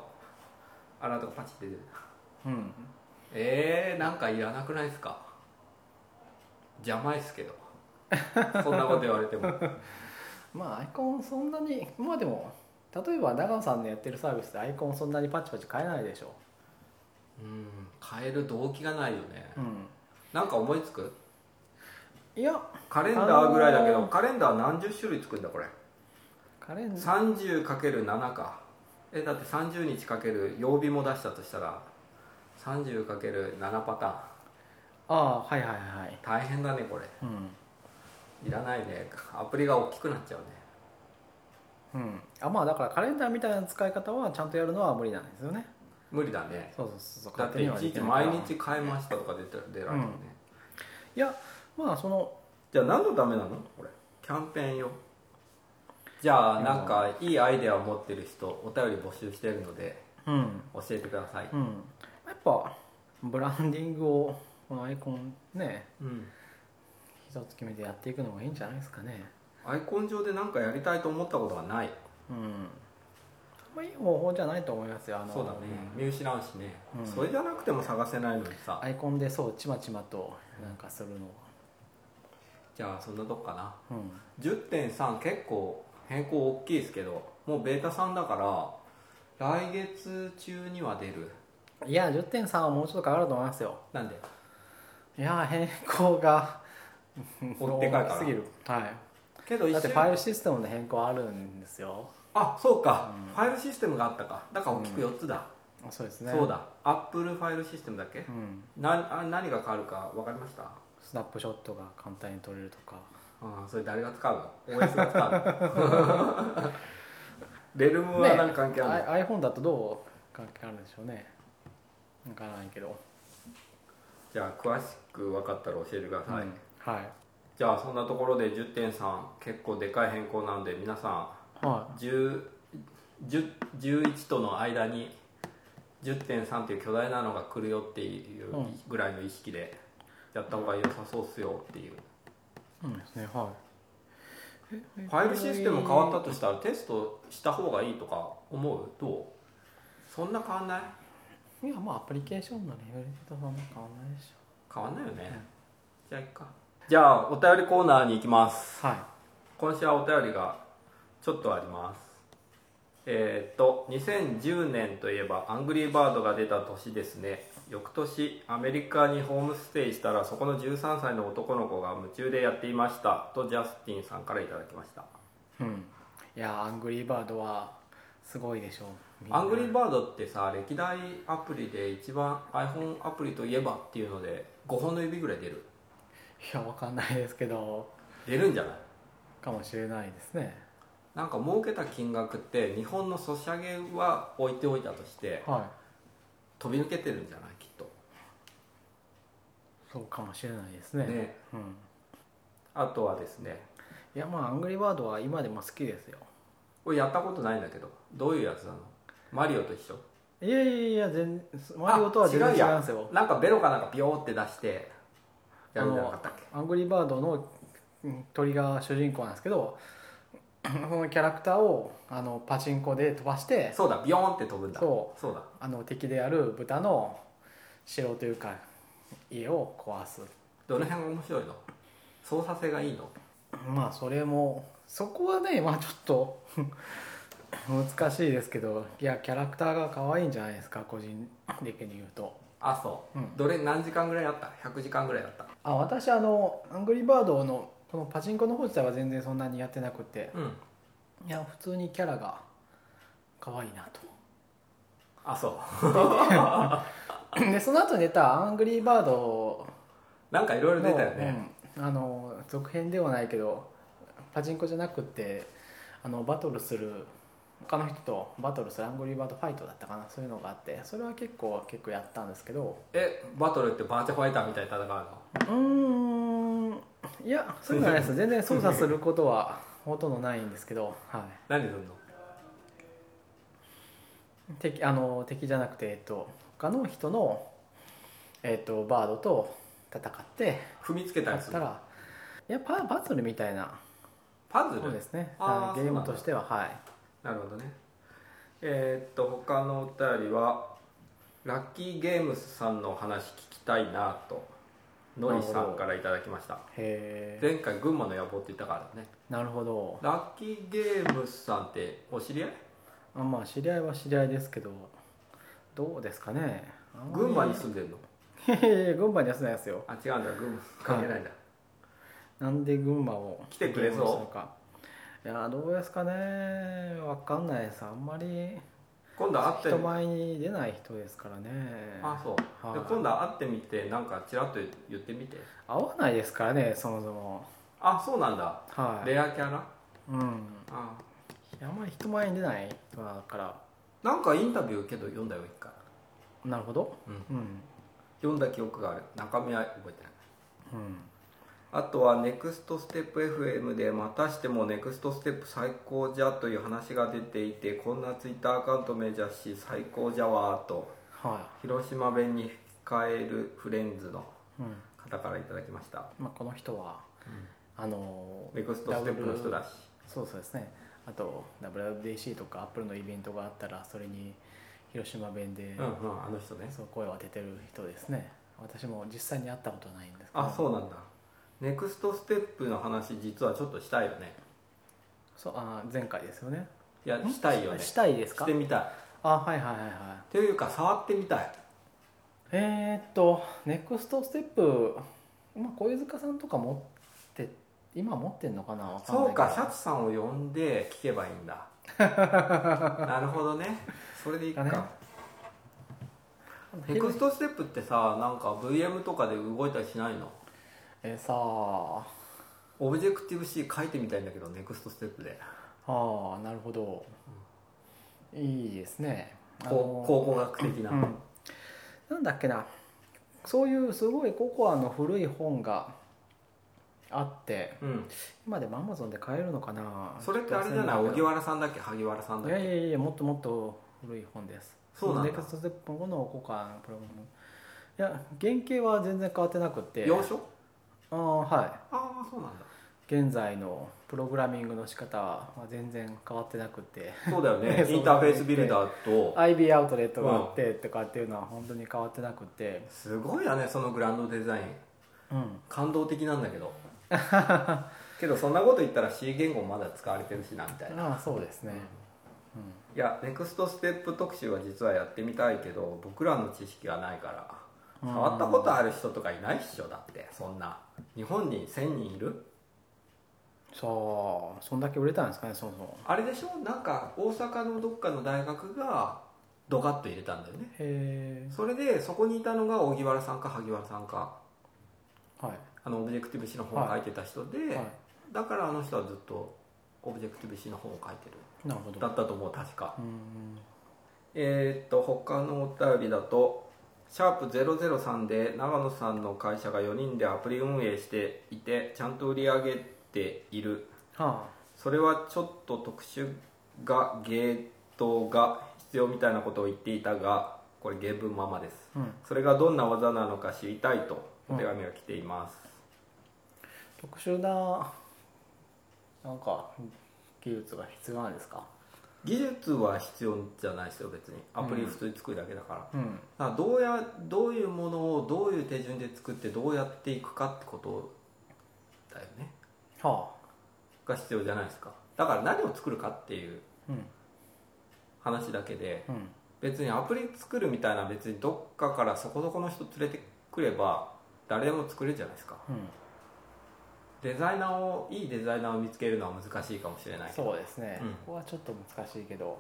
Speaker 1: アラートがパチって出る
Speaker 2: うん、
Speaker 1: えー、なんかいらなくないですか邪魔ですけどそんなこと言われても
Speaker 2: まあアイコンそんなにまあでも例えば長野さんのやってるサービスでアイコンそんなにパチパチ変えないでしょ、
Speaker 1: うん変える動機がないよね、
Speaker 2: うん、
Speaker 1: なんか思いつく
Speaker 2: いや
Speaker 1: カレンダーぐらいだけど、
Speaker 2: あのー
Speaker 1: カレンダー何十種類つくんだこれ
Speaker 2: カレンダー
Speaker 1: 30×7 かえだって30日かける曜日も出したとしたら 30×7 パターン
Speaker 2: ああはいはいはい、
Speaker 1: 大変だねこれ
Speaker 2: うん
Speaker 1: いらないねアプリが大きくなっちゃうね
Speaker 2: うん、あまあだからカレンダーみたいな使い方はちゃんとやるのは無理なんですよね
Speaker 1: 無理だね
Speaker 2: そうそうそうそう
Speaker 1: だっ
Speaker 2: 勝手
Speaker 1: てい
Speaker 2: には
Speaker 1: ち
Speaker 2: で
Speaker 1: い
Speaker 2: き
Speaker 1: ち
Speaker 2: ないから
Speaker 1: 毎日変えましたとか出て出られるね、
Speaker 2: うんいやまあその
Speaker 1: じゃあ何のためなのこれキャンペーンよじゃあなんかいいアイデアを持ってる人お便り募集してるので
Speaker 2: うん
Speaker 1: 教えてください、
Speaker 2: うん、やっぱブランディングをこのアイコンね
Speaker 1: うん、
Speaker 2: 一つ決めてやっていくのもいいんじゃないですかね
Speaker 1: アイコン上で何かやりたいと思ったことはない
Speaker 2: うんあんまいい方法じゃないと思いますよあの
Speaker 1: そうだね見失うしね、
Speaker 2: うん
Speaker 1: それじゃなくても探せないのにさ
Speaker 2: アイコンでそうちまちまとなんかするの
Speaker 1: じゃあそんなとこかな
Speaker 2: うん
Speaker 1: 10.3結構変更大きいですけどもうベータさんだから来月中には出る
Speaker 2: いや10.3はもうちょっとかかると思いますよ
Speaker 1: なんで
Speaker 2: いや変更が
Speaker 1: [LAUGHS] 追ってかいか
Speaker 2: 大
Speaker 1: ら
Speaker 2: きすぎるは
Speaker 1: けど
Speaker 2: い
Speaker 1: 一
Speaker 2: だって
Speaker 1: 週
Speaker 2: ファイルシステムの変更あるんですよ
Speaker 1: あそうか、ファイルシステムがあったかだから大きく4つだ、
Speaker 2: あそうですね
Speaker 1: そうだアップルファイルシステムだっけ
Speaker 2: うん
Speaker 1: なあ何が変わるか分かりました
Speaker 2: スナップショットが簡単に撮れるとか
Speaker 1: ああそれ誰が使うの OS が使
Speaker 2: [LAUGHS]
Speaker 1: うのレルムは何関係あるの、
Speaker 2: ね I- iPhone だとどう関係あるんでしょうねわからないけど、
Speaker 1: じゃあ詳しく分かったら教えてください、
Speaker 2: うんはい
Speaker 1: じゃあそんなところで10.3結構でかい変更なんで皆さ
Speaker 2: は
Speaker 1: ん10 10 11との間に10.3っていう巨大なのが来るよっていう
Speaker 2: うん
Speaker 1: ぐらいの意識でやった方が良さそうっすよっていう、
Speaker 2: いうんですねは
Speaker 1: ファイルシステム変わったとしたらテストした方がいいとか思うどうそんな変わんない
Speaker 2: いいやまあアプリケーションのレベルとそんな変わんないでし
Speaker 1: 変わんないよね、じゃあいっかじゃあお便りコーナーに行きます
Speaker 2: ょはい
Speaker 1: 今週はお便りがちょっとありますえっ、と2010年といえばアングリーバードが出た年ですね翌年アメリカにホームステイしたらそこの13歳の男の子が夢中でやっていましたとジャスティンさんからいただきました
Speaker 2: うん、いやアングリーバードはすごいでしょみんな
Speaker 1: アングリーバードってさ歴代アプリで一番 iPhone アプリといえばっていうので5本の指ぐらい出る
Speaker 2: いやわかんないですけど
Speaker 1: 出るんじゃない
Speaker 2: かもしれないですね
Speaker 1: なんか儲けた金額って日本のソシャゲは置いておいたとして
Speaker 2: は
Speaker 1: 飛び抜けてるんじゃないきっと
Speaker 2: いそうかもしれないですね
Speaker 1: ね
Speaker 2: うん、
Speaker 1: あとはですね
Speaker 2: いやまあアングリーバードは今でも好きですよ
Speaker 1: 俺やったことないんだけどどういうやつなのマリオと一緒
Speaker 2: いやいやいや全マリオとは全然違いますよ
Speaker 1: なんかベロかなんかビヨーって出してやるんじゃなかったっけ
Speaker 2: アングリーバードのうん鳥が主人公なんですけど [CLEARS THROAT] そのキャラクターをあのパチンコで飛ばして
Speaker 1: そうだビヨーンって飛ぶんだ
Speaker 2: そう
Speaker 1: だ
Speaker 2: あの敵である豚の城というか家を壊す
Speaker 1: どの辺が面白いの操作性がいいの
Speaker 2: まあそれもそこはねまあちょっと [LAUGHS] 難しいですけどいやキャラクターが可愛いんじゃないですか個人的に言うと
Speaker 1: あそう、
Speaker 2: うん
Speaker 1: どれ何時間ぐらいやった100時間ぐらいやった
Speaker 2: あ私あのアングリーバードのこのパチンコの方自体は全然そんなにやってなくて
Speaker 1: うん
Speaker 2: いや普通にキャラが可愛いなと [LAUGHS]
Speaker 1: あそう
Speaker 2: でその後に出たアングリーバード
Speaker 1: なんかいろいろ出たよね、
Speaker 2: うんあの続編ではないけどパチンコじゃなくてあのバトルする他の人とバトルするアングリーバードファイトだったかなそういうのがあってそれは結構結構やったんですけど
Speaker 1: えバトルってバーチャファイターみたいに戦うの
Speaker 2: うーんいやそういうのはないです全然操作することはほとんどないんですけど、は
Speaker 1: 何するの
Speaker 2: い、敵あの敵じゃなくて、えっと、他の人の、えっと、バードと戦って
Speaker 1: 踏みつけた
Speaker 2: 勝
Speaker 1: りする
Speaker 2: った
Speaker 1: の
Speaker 2: らいやパパズルみたいな
Speaker 1: パズル
Speaker 2: そうですね。
Speaker 1: あー
Speaker 2: はいゲームとしては、はい。
Speaker 1: なるほどねえーっと他のお便りはラッキーゲームスさんのお話聞きたいなとのりさんからいただきました
Speaker 2: へえ。
Speaker 1: 前回群馬の野望って言ったからね
Speaker 2: なるほど。
Speaker 1: ラッキーゲームスさんってお知り合い
Speaker 2: あまあ知り合いは知り合いですけど、どうですかね。あんまり
Speaker 1: 群馬に住んでるの
Speaker 2: へへへ群馬には住んでないですよ。
Speaker 1: あ違うんだ群馬関係ないんだ、
Speaker 2: なんで群馬を
Speaker 1: 来てくれそう
Speaker 2: ゲームしたのか。いやーどうですかね。わかんないです。あんまり
Speaker 1: 今度会って
Speaker 2: 人前に出ない人ですからね。
Speaker 1: あそう、
Speaker 2: はい
Speaker 1: で今度会ってみてなんかちらっと言ってみて
Speaker 2: 合わないですからね、そもそも。
Speaker 1: あそうなんだ
Speaker 2: はい。
Speaker 1: レアキャラ、
Speaker 2: うん。
Speaker 1: あ
Speaker 2: いやあんまり人前に出ない人だから。
Speaker 1: なんかインタビューけど読んだよ一回
Speaker 2: なるほど。
Speaker 1: う
Speaker 2: うん。
Speaker 1: 読んだ記憶がある中身は覚えてない
Speaker 2: うん。
Speaker 1: あとはネクストステップ FM でまたしてもネクストステップ最高じゃという話が出ていてこんなツイッターアカウント名じゃし最高じゃわーと
Speaker 2: は
Speaker 1: 広島弁に変えるフレンズの
Speaker 2: い。うん。
Speaker 1: 方からいただきました
Speaker 2: まあ、この人は、あの
Speaker 1: ネクストステップの人だし
Speaker 2: そうそうですねあと WWDC とかアップルのイベントがあったらそれに広島弁で、
Speaker 1: うんうんあの人ね
Speaker 2: そう声を当ててる人ですね私も実際に会ったことはないんですけど
Speaker 1: あそううなんだネクストステップの話実はちょっとしたいよね
Speaker 2: そうあ前回ですよね
Speaker 1: いやしたいよね
Speaker 2: したいです
Speaker 1: し
Speaker 2: か
Speaker 1: てみたい
Speaker 2: あはいはいはいはい
Speaker 1: というか触ってみたい
Speaker 2: えーっとネクストステップ、まあ、小湯塚さんとか持って今持ってんのかなわかんない
Speaker 1: そうかシ
Speaker 2: けど
Speaker 1: ャツさんを呼んで聞けばいいん
Speaker 2: [LAUGHS]
Speaker 1: だなるほどねそれでいいか、
Speaker 2: だね
Speaker 1: ネクストステップってさなんか VM とかで動いたりしないの
Speaker 2: えーさあ
Speaker 1: オブジェクティブ C 書いてみたいんだけどネクストステップで
Speaker 2: ああなるほどいいですねあ
Speaker 1: 考
Speaker 2: の
Speaker 1: 考古学的な、
Speaker 2: うん、なんだっけなそういうすごいココアの古い本があって
Speaker 1: うん、
Speaker 2: 今でもアマゾンで買えるのかな
Speaker 1: それってあれじゃない
Speaker 2: ちょっと忘れたけ
Speaker 1: 荻
Speaker 2: ど
Speaker 1: 原さんだっけ萩原さんだ
Speaker 2: い
Speaker 1: っ
Speaker 2: や
Speaker 1: け
Speaker 2: いやいやもっともっと古い本です
Speaker 1: そうなんだ
Speaker 2: ネクストステップ後のココアのプログラムいや原型は全然変わってなくて
Speaker 1: 洋書
Speaker 2: あーは
Speaker 1: ああそうなんだ
Speaker 2: い現在のプログラミングの仕方は全然変わってなくて
Speaker 1: そうだよ
Speaker 2: [LAUGHS] そうだ
Speaker 1: ね
Speaker 2: ね
Speaker 1: インターフェースビルダーと
Speaker 2: IB アウトレットがあってとかっていうのは本当に変わってなくて
Speaker 1: すごいよねそのグランドデザイン
Speaker 2: うん
Speaker 1: 感動的なんだ
Speaker 2: [LAUGHS]
Speaker 1: けどけどそんなこと言ったら C 言語まだ使われてるしなみたいな
Speaker 2: ああそうですねうん
Speaker 1: いやネクストステップ特集は実はやってみたいけど僕らの知識がないから
Speaker 2: うん
Speaker 1: 触ったことある人とかいないっしょだってそんな日本に1000人いる
Speaker 2: さあそんだけ売れたんですかねそもそも
Speaker 1: あれでしょなんか大阪のどっかの大学がドカッと入れたんだよね
Speaker 2: へえ
Speaker 1: それでそこにいたのが荻原さんか萩原さんか
Speaker 2: はい
Speaker 1: あのオブジェクティブ C の本を書いてた人で、
Speaker 2: はい
Speaker 1: だからあの人はずっとオブジェクティブ C の本を書いてる
Speaker 2: なるほど
Speaker 1: だったと思う確か
Speaker 2: うん
Speaker 1: えーっと他のお便りだと「シャープ #003」で長野さんの会社が4人でアプリ運営していてちゃんと売り上げている
Speaker 2: は
Speaker 1: それはちょっと特殊がゲートが必要みたいなことを言っていたがこれ原文ままです
Speaker 2: あうん
Speaker 1: それがどんな技なのか知りたいとお手紙が来ています、
Speaker 2: 特殊ななんか技術が必要なんですか
Speaker 1: 技術は必要じゃないですよ別にアプリ普通に作るだけだから,、
Speaker 2: うん
Speaker 1: だからどうやどういうものをどういう手順で作ってどうやっていくかってことだよね
Speaker 2: は
Speaker 1: が必要じゃないですかだから何を作るかっていう
Speaker 2: あうん
Speaker 1: 話だけで
Speaker 2: うん
Speaker 1: 別にアプリ作るみたいな別にどっかからそこそこの人連れてくれば誰でも作れるじゃないですか
Speaker 2: うん
Speaker 1: デザイナーをいいデザイナーを見つけるのは難しいかもしれないけど
Speaker 2: そうですね、
Speaker 1: うん
Speaker 2: ここはちょっと難しいけど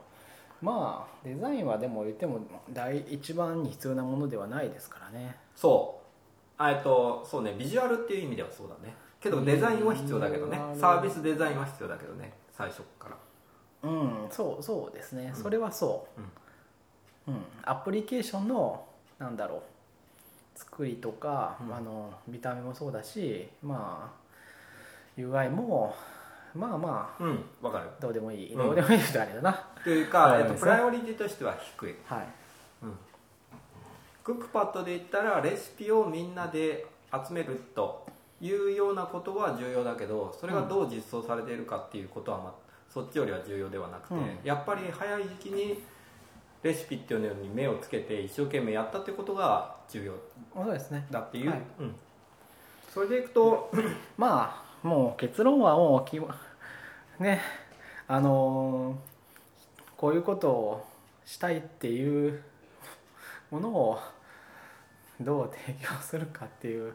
Speaker 2: まあデザインはでも言っても第一番に必要なものではないですからね
Speaker 1: そうあえっとそうねビジュアルっていう意味ではそうだねけどデザインは必要だけどね
Speaker 2: うん
Speaker 1: サービスデザインは必要だけどね最初から
Speaker 2: うんそうそうですね、
Speaker 1: うん
Speaker 2: それはそ
Speaker 1: うん
Speaker 2: う、うん、アプリケーションのなんだろう作りとか、
Speaker 1: うん
Speaker 2: あの見た目もそうだしまあ UI もまあま
Speaker 1: うんわかる
Speaker 2: あどうでもいい、
Speaker 1: うん
Speaker 2: どうでもいい人あれだな
Speaker 1: というか、
Speaker 2: うん
Speaker 1: えっと、
Speaker 2: そう
Speaker 1: プライオリティとしては低い、
Speaker 2: はい
Speaker 1: うん、クックパッドで言ったらレシピをみんなで集めるというようなことは重要だけどそれがどう実装されているかっていうことは、まあ、そっちよりは重要ではなくて、
Speaker 2: うん
Speaker 1: やっぱり早い時期にレシピっていうのに目をつけて一生懸命やったってことが重要
Speaker 2: まあそうですね
Speaker 1: だっていう、
Speaker 2: はい
Speaker 1: うん、それでいくと、
Speaker 2: まあもう結論はもうきねあのーこういうことをしたいっていうものをどう提供するかっていう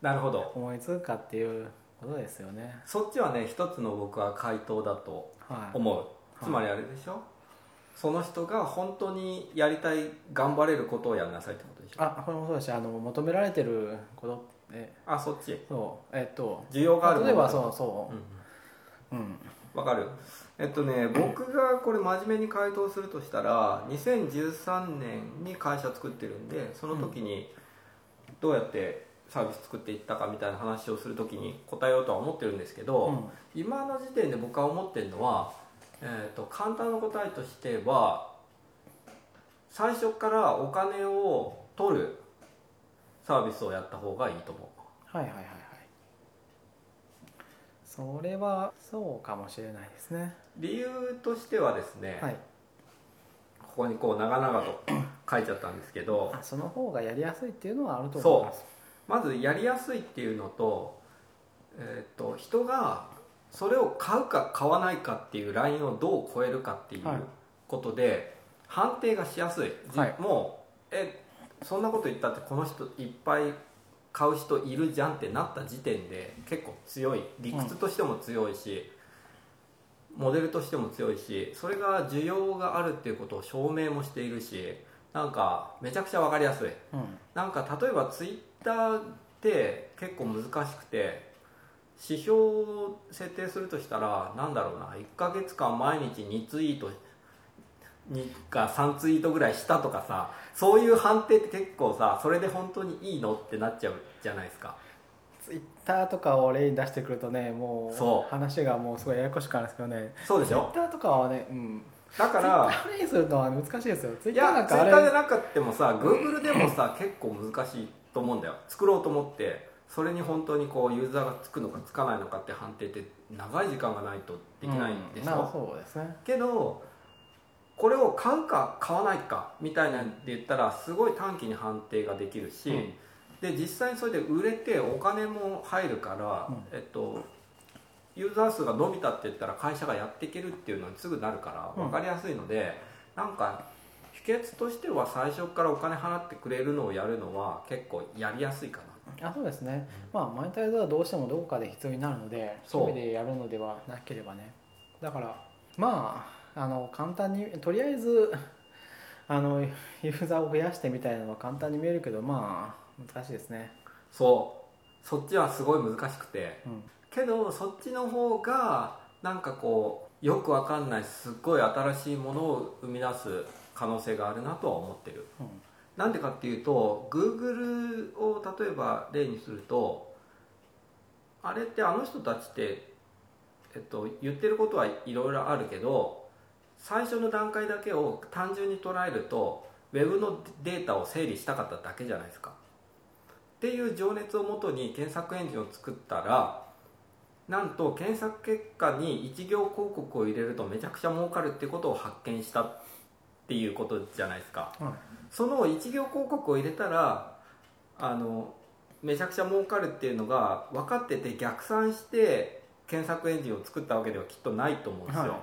Speaker 1: なるほど
Speaker 2: 思いつくかっていうことですよね
Speaker 1: そっちはね一つの僕は回答だと
Speaker 2: はい
Speaker 1: 思う、つまりあれでしょその人が本当にやりたい頑張れることをやりなさいってことでしょ
Speaker 2: あこれもそうだしあの求められてることえ
Speaker 1: あそっち
Speaker 2: そうえっと
Speaker 1: 需要があるもの
Speaker 2: 例えばそうそ
Speaker 1: うん
Speaker 2: ううん
Speaker 1: わかるえっとね僕がこれ真面目に回答するとしたら2013年に会社作ってるんでその時にどうやってサービス作っていったかみたいな話をする時に答えようとは思ってるんですけど、
Speaker 2: うん
Speaker 1: 今の時点で僕が思ってるのは、えー、と簡単な答えとしては最初からお金を取るサービスをやった方がいいと思
Speaker 2: はいはいはいはいそれはそうかもしれないですね
Speaker 1: う理由としてはですね、
Speaker 2: はい
Speaker 1: ここにこう長々と書いちゃったんですけど
Speaker 2: あその方がやりやすいっていうのはあると思います
Speaker 1: まずやりやすいっていうのと,、えー、と人がそれを買うか買わないかっていうラインをどう超えるかっていう
Speaker 2: はい
Speaker 1: ことで、判定がしやすい、じ
Speaker 2: はい
Speaker 1: もうえそんなこと言ったってこの人いっぱい買う人いるじゃんってなった時点で結構強い理屈としても強いし、モデルとしても強いしそれが需要があるっていうことを証明もしているしなんかめちゃくちゃ分かりやすい
Speaker 2: うん
Speaker 1: なんか例えばツイッターって結構難しくて指標を設定するとしたらなんだろうな1ヶ月間毎日2ツイートにか3ツイートぐらいしたとかさそういう判定って結構さそれで本当にいいのってなっちゃうじゃないですか
Speaker 2: ツイッターとかを例に出してくるとねも
Speaker 1: そう
Speaker 2: 話がもうすごいややこしくなるんですけどね
Speaker 1: そうでし
Speaker 2: ツイッ
Speaker 1: ょ
Speaker 2: ターとかはねうん
Speaker 1: だから
Speaker 2: ツイッターを例にするのは難しいですよツイ
Speaker 1: い
Speaker 2: ッターな
Speaker 1: や
Speaker 2: ん
Speaker 1: ツイ
Speaker 2: かあ
Speaker 1: ッ
Speaker 2: れ
Speaker 1: ターじゃなくてもさ Google でもさ結構難しいと思うんだよ作ろうと思ってそれに本当にこうユーザーがつくのかつかないのかって判定って長い時間がないとできないでし
Speaker 2: うんまあ
Speaker 1: ょ、
Speaker 2: そうですね
Speaker 1: けどこれを買うか買わないかみたいなんで言ったらすごい短期に判定ができるし、
Speaker 2: うん
Speaker 1: で実際にそれで売れてお金も入るから、
Speaker 2: うん
Speaker 1: えっとユーザー数が伸びたって言ったら会社がやっていけるっていうのにすぐなるから
Speaker 2: う
Speaker 1: 分
Speaker 2: ん
Speaker 1: かりやすいので、なんか秘訣としては最初からお金払ってくれるのをやるのは結構やりやすいかな
Speaker 2: あそうですね、まあマネタイズはどうしてもどこかで必要になるので
Speaker 1: そう
Speaker 2: 一人でやるのではなければねだからまああの簡単にとりあえずあのユーザーを増やしてみたいなのは簡単に見えるけどまあ難しいですね、
Speaker 1: そうそっちはすごい難しくて
Speaker 2: うん、
Speaker 1: けどそっちの方がなんかこうよくわかんないすっごい新しいものを生み出す可能性があるなとは思ってる
Speaker 2: うん
Speaker 1: なんでかっていうと Google を例えば例にするとあれってあの人たちって、えっと、言ってることはいろいろあるけど最初の段階だけを単純に捉えると Web のデータを整理したかっただけじゃないですか。っていう情熱をもとに検索エンジンを作ったらなんと検索結果に一行広告を入れるとめちゃくちゃ儲かるってことを発見したっていうことじゃないですか。
Speaker 2: はい
Speaker 1: その一行広告を入れたらあのめちゃくちゃ儲かるっていうのが分かってて逆算して検索エンジンを作ったわけではきっとないと思うんですよ、
Speaker 2: はい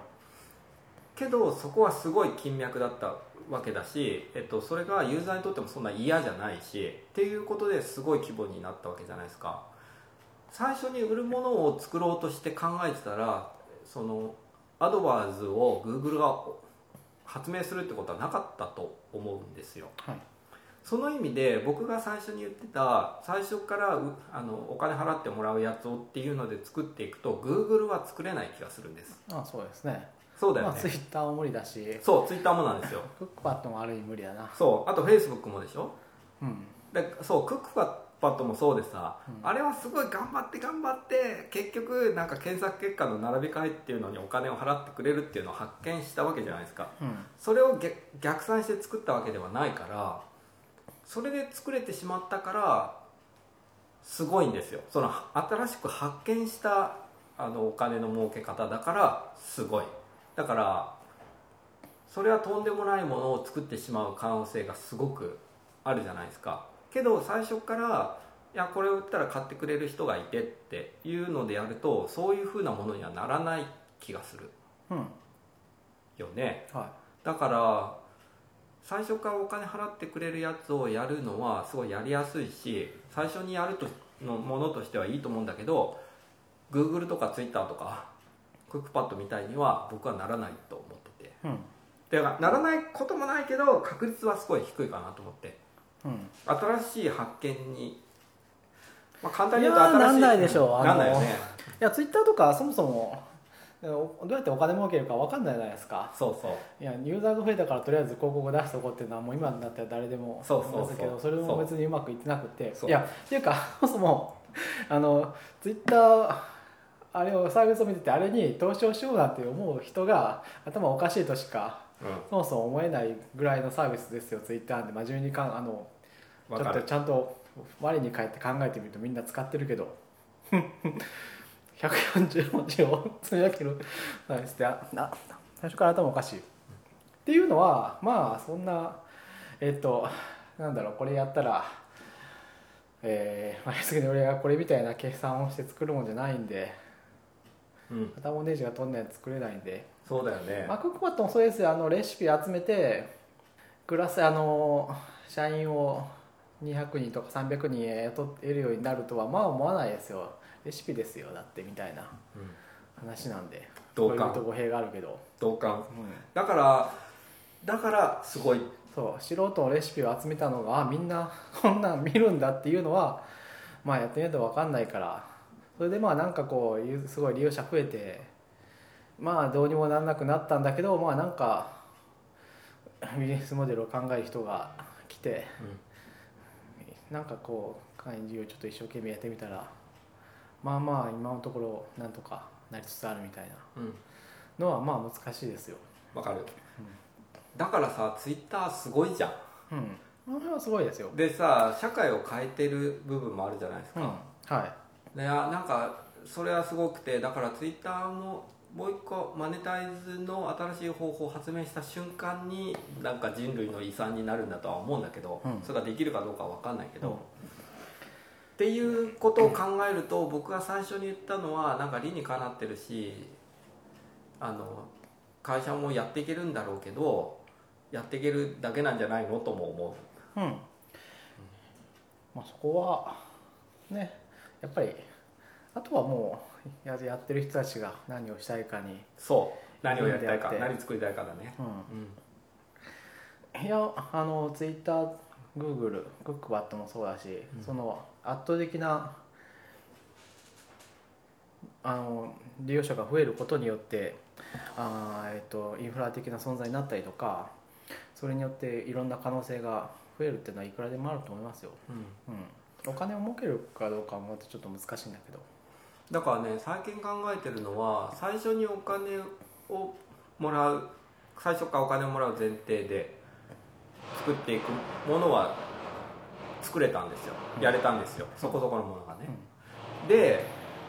Speaker 1: けどそこはすごい金脈だったわけだし、えっと、それがユーザーにとってもそんな嫌じゃないしっていうことですごい規模になったわけじゃないですか最初に売るものを作ろうとして考えてたらそのアドバーズを Google が発明するってことはなかったと思うんですよ
Speaker 2: はい
Speaker 1: その意味で僕が最初に言ってた最初からうあのお金払ってもらうやつをっていうので作っていくと Google は作れない気がするんです
Speaker 2: あそうですね
Speaker 1: そうだよ
Speaker 2: まあ
Speaker 1: ね、
Speaker 2: ツイッターも無理だし
Speaker 1: そう Twitter もなんですよ
Speaker 2: クックパッドもある意味無理だな
Speaker 1: そうあと Facebook もでしょ
Speaker 2: うん
Speaker 1: でそうクックパッドもそうでさ、
Speaker 2: うん
Speaker 1: あれはすごい頑張って頑張って結局なんか検索結果の並び替えっていうのにお金を払ってくれるっていうのを発見したわけじゃないですか
Speaker 2: うん
Speaker 1: それを逆逆算して作ったわけではないからそれで作れてしまったからすごいんですよその新しく発見したあのお金の儲け方だからすごいだからそれはとんでもないものを作ってしまう可能性がすごくあるじゃないですかけど最初からいやこれを売ったら買ってくれる人がいてっていうのでやるとそういうふうなものにはならない気がする
Speaker 2: うん
Speaker 1: よね
Speaker 2: は
Speaker 1: だから最初からお金払ってくれるやつをやるのはすごいやりやすいし最初にやるとのものとしてはいいと思うんだけど Google とか Twitter とかクックパッドみたいには僕はならないと思ってて
Speaker 2: い
Speaker 1: だ
Speaker 2: うん
Speaker 1: からならないこともないけど確率はすごい低いかなと思って
Speaker 2: うん
Speaker 1: 新しい発見に、まあ、簡単に言うと
Speaker 2: い
Speaker 1: 新
Speaker 2: や
Speaker 1: し
Speaker 2: ー
Speaker 1: い
Speaker 2: なんないでしょうあの
Speaker 1: なんないよね
Speaker 2: いやツイッターとかそもそもえおどうやってお金儲けるか分かんないじゃないですか
Speaker 1: そうそう
Speaker 2: いやユーザーが増えたからとりあえず広告を出しておこうっていうのはもう今になったら誰でも
Speaker 1: そうそうそう
Speaker 2: 思いますけどそれも別にうまくいってなくて
Speaker 1: そう
Speaker 2: いやっていうか [LAUGHS] そもそもあのツイッターあれをサービスを見ててあれに投資をしようなんて思う人が頭おかしいとしか
Speaker 1: う
Speaker 2: そもそも思えないぐらいのサービスですよツイッターで真面目にかんあ
Speaker 1: ん
Speaker 2: のち
Speaker 1: わ
Speaker 2: ょ
Speaker 1: か
Speaker 2: っと
Speaker 1: る
Speaker 2: ちゃんと我に返って考えてみるとみんな使ってるけど140文字をつぶやけるなんですってあな最初から頭おかしい。っていうのはまあそんなえっとなんだろうこれやったらえー、まあすぐに俺がこれみたいな計算をして作るもんじゃないんで
Speaker 1: うん
Speaker 2: 頭ネジが取んないと作れないんで
Speaker 1: そうだよね
Speaker 2: まあ、クックパッドもそうですよあのレシピ集めてグラスあの社員を200人とか300人雇えるようになるとはまあ思わないですよレシピですよだってみたいな
Speaker 1: うん
Speaker 2: 話なんで
Speaker 1: 同
Speaker 2: こういう
Speaker 1: 感
Speaker 2: と語弊があるけど、
Speaker 1: 同感
Speaker 2: うん
Speaker 1: だからだからすごい
Speaker 2: そう素人のレシピを集めたのがあみんな [LAUGHS] こんなん見るんだっていうのはまあやってみないと分かんないからそれでまあなんかこうゆすごい利用者増えてまあどうにもなんなくなったんだけどまあなんかビジネスモデルを考える人が来て、なんかこう会員事業ちょっと一生懸命やってみたらまあまあ今のところなんとかなりつつあるみたいな
Speaker 1: うん
Speaker 2: のはまあ難しいですよ。
Speaker 1: わかる、だからさツイッターすごいじゃ
Speaker 2: うん、この辺はすごいですよ
Speaker 1: ん。でさ社会を変えてる部分もあるじゃないです
Speaker 2: う
Speaker 1: か、
Speaker 2: ん、はい。
Speaker 1: であなんかそれはすごくてだからツイッターももう一個マネタイズの新しい方法を発明した瞬間になんか人類の遺産になるんだとは思うんだけど、
Speaker 2: うん
Speaker 1: それができるかどうかは分かんないけど、
Speaker 2: うん
Speaker 1: っていうことを考えると僕が最初に言ったのはなんか理にかなってるしあの会社もやっていけるんだろうけどやっていけるだけなんじゃないのとも思
Speaker 2: うん、まあ、そこはねやっぱりあとはもうややってる人たちが何をしたいかに
Speaker 1: う、そう何をやりたい
Speaker 2: い
Speaker 1: か
Speaker 2: いんだよって
Speaker 1: 何作りたいかだね、
Speaker 2: う
Speaker 1: うん
Speaker 2: ん、いやあのツイッターグーグルクックバットもそうだし、
Speaker 1: うん
Speaker 2: その圧倒的なあの利用者が増えることによってあー、えっとインフラ的な存在になったりとかそれによっていろんな可能性が増えるっていうのはいくらでもあると思いますよ。
Speaker 1: うん
Speaker 2: うん、お金を儲けるかどうかはまたちょっと難しいんだけど、
Speaker 1: だからね最近考えてるのは最初にお金をもらう最初からお金をもらう前提で作っていくものは作れたんですよ
Speaker 2: うん
Speaker 1: やれたんですよ、そこそこのものがね、で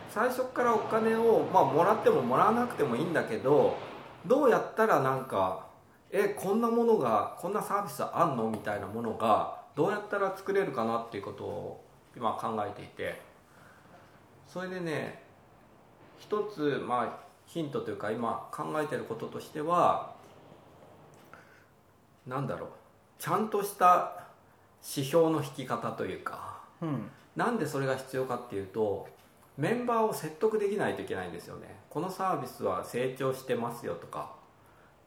Speaker 1: 最初からお金を、まあ、もらってももらわなくてもいいんだけどどうやったらなんかえこんなものがこんなサービスあんのみたいなものがどうやったら作れるかなっていうことを今考えていてそれでね一つまあヒントというか今考えてることとしてはなんだろうちゃんとした指標の引き方というか。
Speaker 2: うん
Speaker 1: なんでそれが必要かっていうとメンバーを説得できないといけないんですよねこのサービスは成長してますよとか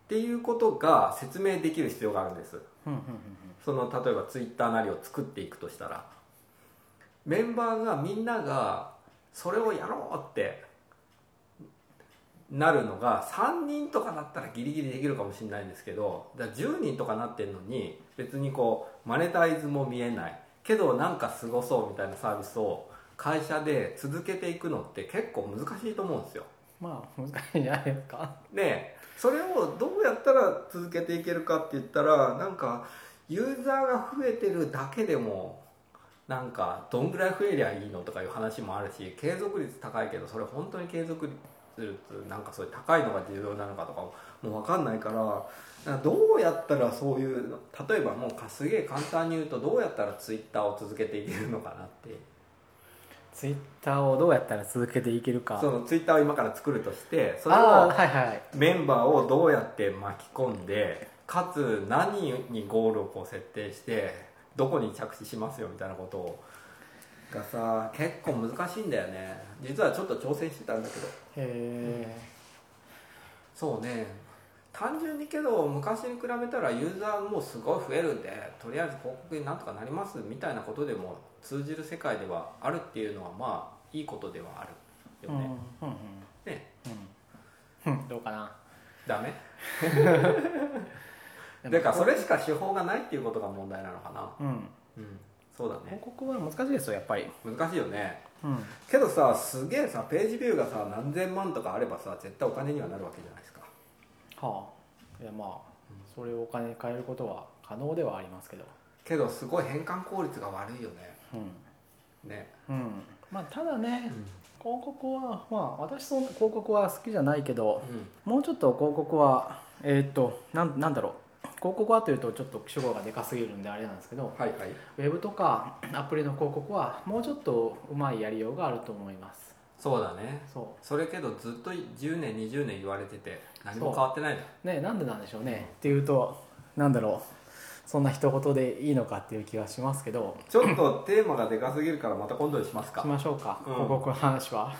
Speaker 1: っていうことが説明できる必要があるんです
Speaker 2: うんうんうん
Speaker 1: その例えばツイッターなりを作っていくとしたらメンバーがみんながそれをやろうってなるのが3人とかだったらギリギリできるかもしれないんですけどだから10人とかなってるのに別にこうマネタイズも見えないけどなんかすごそうみたいなサービスを会社で続けていくのって結構難しいと思うんですよ。
Speaker 2: まあ難しいんじゃないですか
Speaker 1: でそれをどうやったら続けていけるかって言ったらなんかユーザーが増えてるだけでもなんかどんぐらい増えりゃいいのとかいう話もあるし継続率高いけどそれ本当に継続率なんかそれ高いのが重要なのかとかももう分かんないからなんかどうやったらそういうの例えばもうかすげえ簡単に言うとどうやったらツイッターを続けていけるのかなって
Speaker 2: [LAUGHS] ツイッターをどうやったら続けていけるか
Speaker 1: そのツイッターを今から作るとしてそれ
Speaker 2: ああ
Speaker 1: を
Speaker 2: はいはい
Speaker 1: メンバーをどうやって巻き込んでかつ何にゴールをこう設定してどこに着地しますよみたいなことをがさ結構難しいんだよね実はちょっと挑戦してたんだけど
Speaker 2: へ
Speaker 1: そうね単純にけど昔に比べたらユーザーもすごい増えるんでとりあえず広告になんとかなりますみたいなことでも通じる世界ではあるっていうのはまあいいことではあ
Speaker 2: え
Speaker 1: るよね、
Speaker 2: うんうん
Speaker 1: ね
Speaker 2: うんうんどうかな
Speaker 1: ダメ
Speaker 2: でも
Speaker 1: だからそれしか手法がないっていうことが問題なのかな
Speaker 2: うん
Speaker 1: うんそうだね
Speaker 2: 広告は難しいですよやっぱり
Speaker 1: 難しいよね
Speaker 2: うん
Speaker 1: けどさすげえさページビューがさ何千万とかあればさ絶対お金にはなるわけじゃないですか
Speaker 2: はあいやまあそれをお金に変えることは可能ではありますけど
Speaker 1: けどすごい変換効率が悪いよね
Speaker 2: うん
Speaker 1: ね、
Speaker 2: うんまあただね
Speaker 1: うん
Speaker 2: 広告はまあ私そんな広告は好きじゃないけどもうちょっと広告はえーっとなんなんだろう広告はというとちょっと主語がでかすぎるんであれなんですけど
Speaker 1: はいはい
Speaker 2: ウェブとかアプリの広告はもうちょっとうまいやりようがあると思います
Speaker 1: そうだね
Speaker 2: そ
Speaker 1: それけどずっと10年20年言われてて何も変わってないじゃん
Speaker 2: うねなんでなんでしょうねっていうとなんだろうそんな一言でいいのかっていう気はしますけど
Speaker 1: ちょっとテーマがでかすぎるからまた今度にしますか
Speaker 2: しましょうか、
Speaker 1: うん
Speaker 2: 広告の話は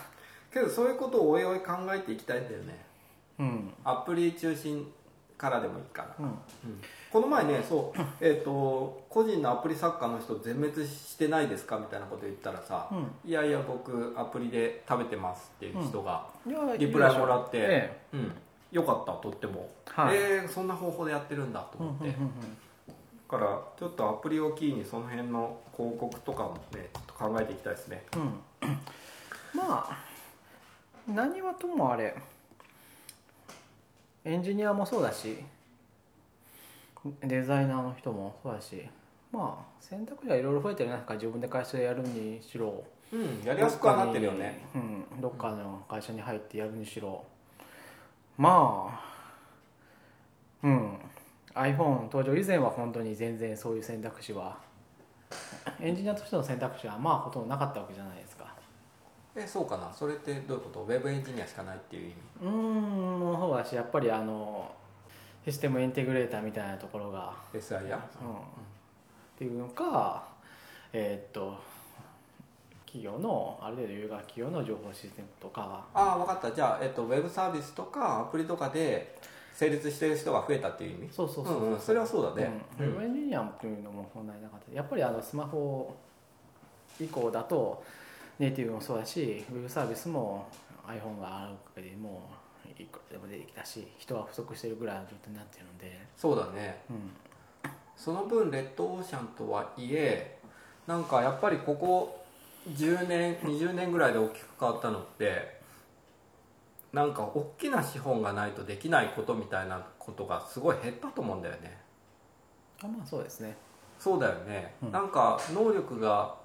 Speaker 1: けどそういうことをおいおい考えていきたいんだよね
Speaker 2: うん
Speaker 1: アプリ中心からでもいいから、
Speaker 2: うん
Speaker 1: この前ねそうえっ、と個人のアプリ作家の人全滅してないですかみたいなこと言ったらさ、
Speaker 2: うん
Speaker 1: いやいや僕アプリで食べてますっていう人が、
Speaker 2: いや
Speaker 1: リプライもらって、
Speaker 2: え
Speaker 1: うん、よかったとっても、
Speaker 2: はい
Speaker 1: えーそんな方法でやってるんだと
Speaker 2: うんうん
Speaker 1: 思って、
Speaker 2: うんうん
Speaker 1: だからちょっとアプリをキーにその辺の広告とかもねちょっと考えていきたいですね
Speaker 2: うんまあ何はともあれエンジニアもそうだしデザイナーの人もそうだしまあ選択肢はいろいろ増えてるじゃないですか自分で会社でやるにしろ
Speaker 1: うんやりやすくはなってるよね
Speaker 2: どっかにうんどっかの会社に入ってやるにしろまあうん iPhone 登場以前は本当に全然そういう選択肢はエンジニアとしての選択肢はまあほとんどなかったわけじゃないですか
Speaker 1: えそうかなそれってどういうことウェブエンジニアしかないっていう意味
Speaker 2: うーんの方だしやっぱりあのシステムインテグレーターみたいなところが
Speaker 1: SI や
Speaker 2: うんっていうのかえーっと企業のある程度有害企業の情報システムとかは
Speaker 1: ああ分かったじゃあ、えっと、ウェブサービスとかアプリとかで成立してる人が増えたっていう意味
Speaker 2: そうそうそう、
Speaker 1: んん、それはそうだね、
Speaker 2: うん、ウェブエンジニアっていうのも本来なかったやっぱりあのスマホ以降だとネイティブもそうだしウェブサービスも iPhone があるおかげでもういくらでも出てきたし人は不足してるぐらいの状態になってるので、
Speaker 1: そうだね
Speaker 2: うん、
Speaker 1: その分レッドオーシャンとはいえなんかやっぱりここ10年20年ぐらいで大きく変わったのってなんか大きな資本がないとできないことみたいなことがすごい減ったと思うんだよね
Speaker 2: あまあそうですね
Speaker 1: そうだよね、
Speaker 2: うん
Speaker 1: なんか能力が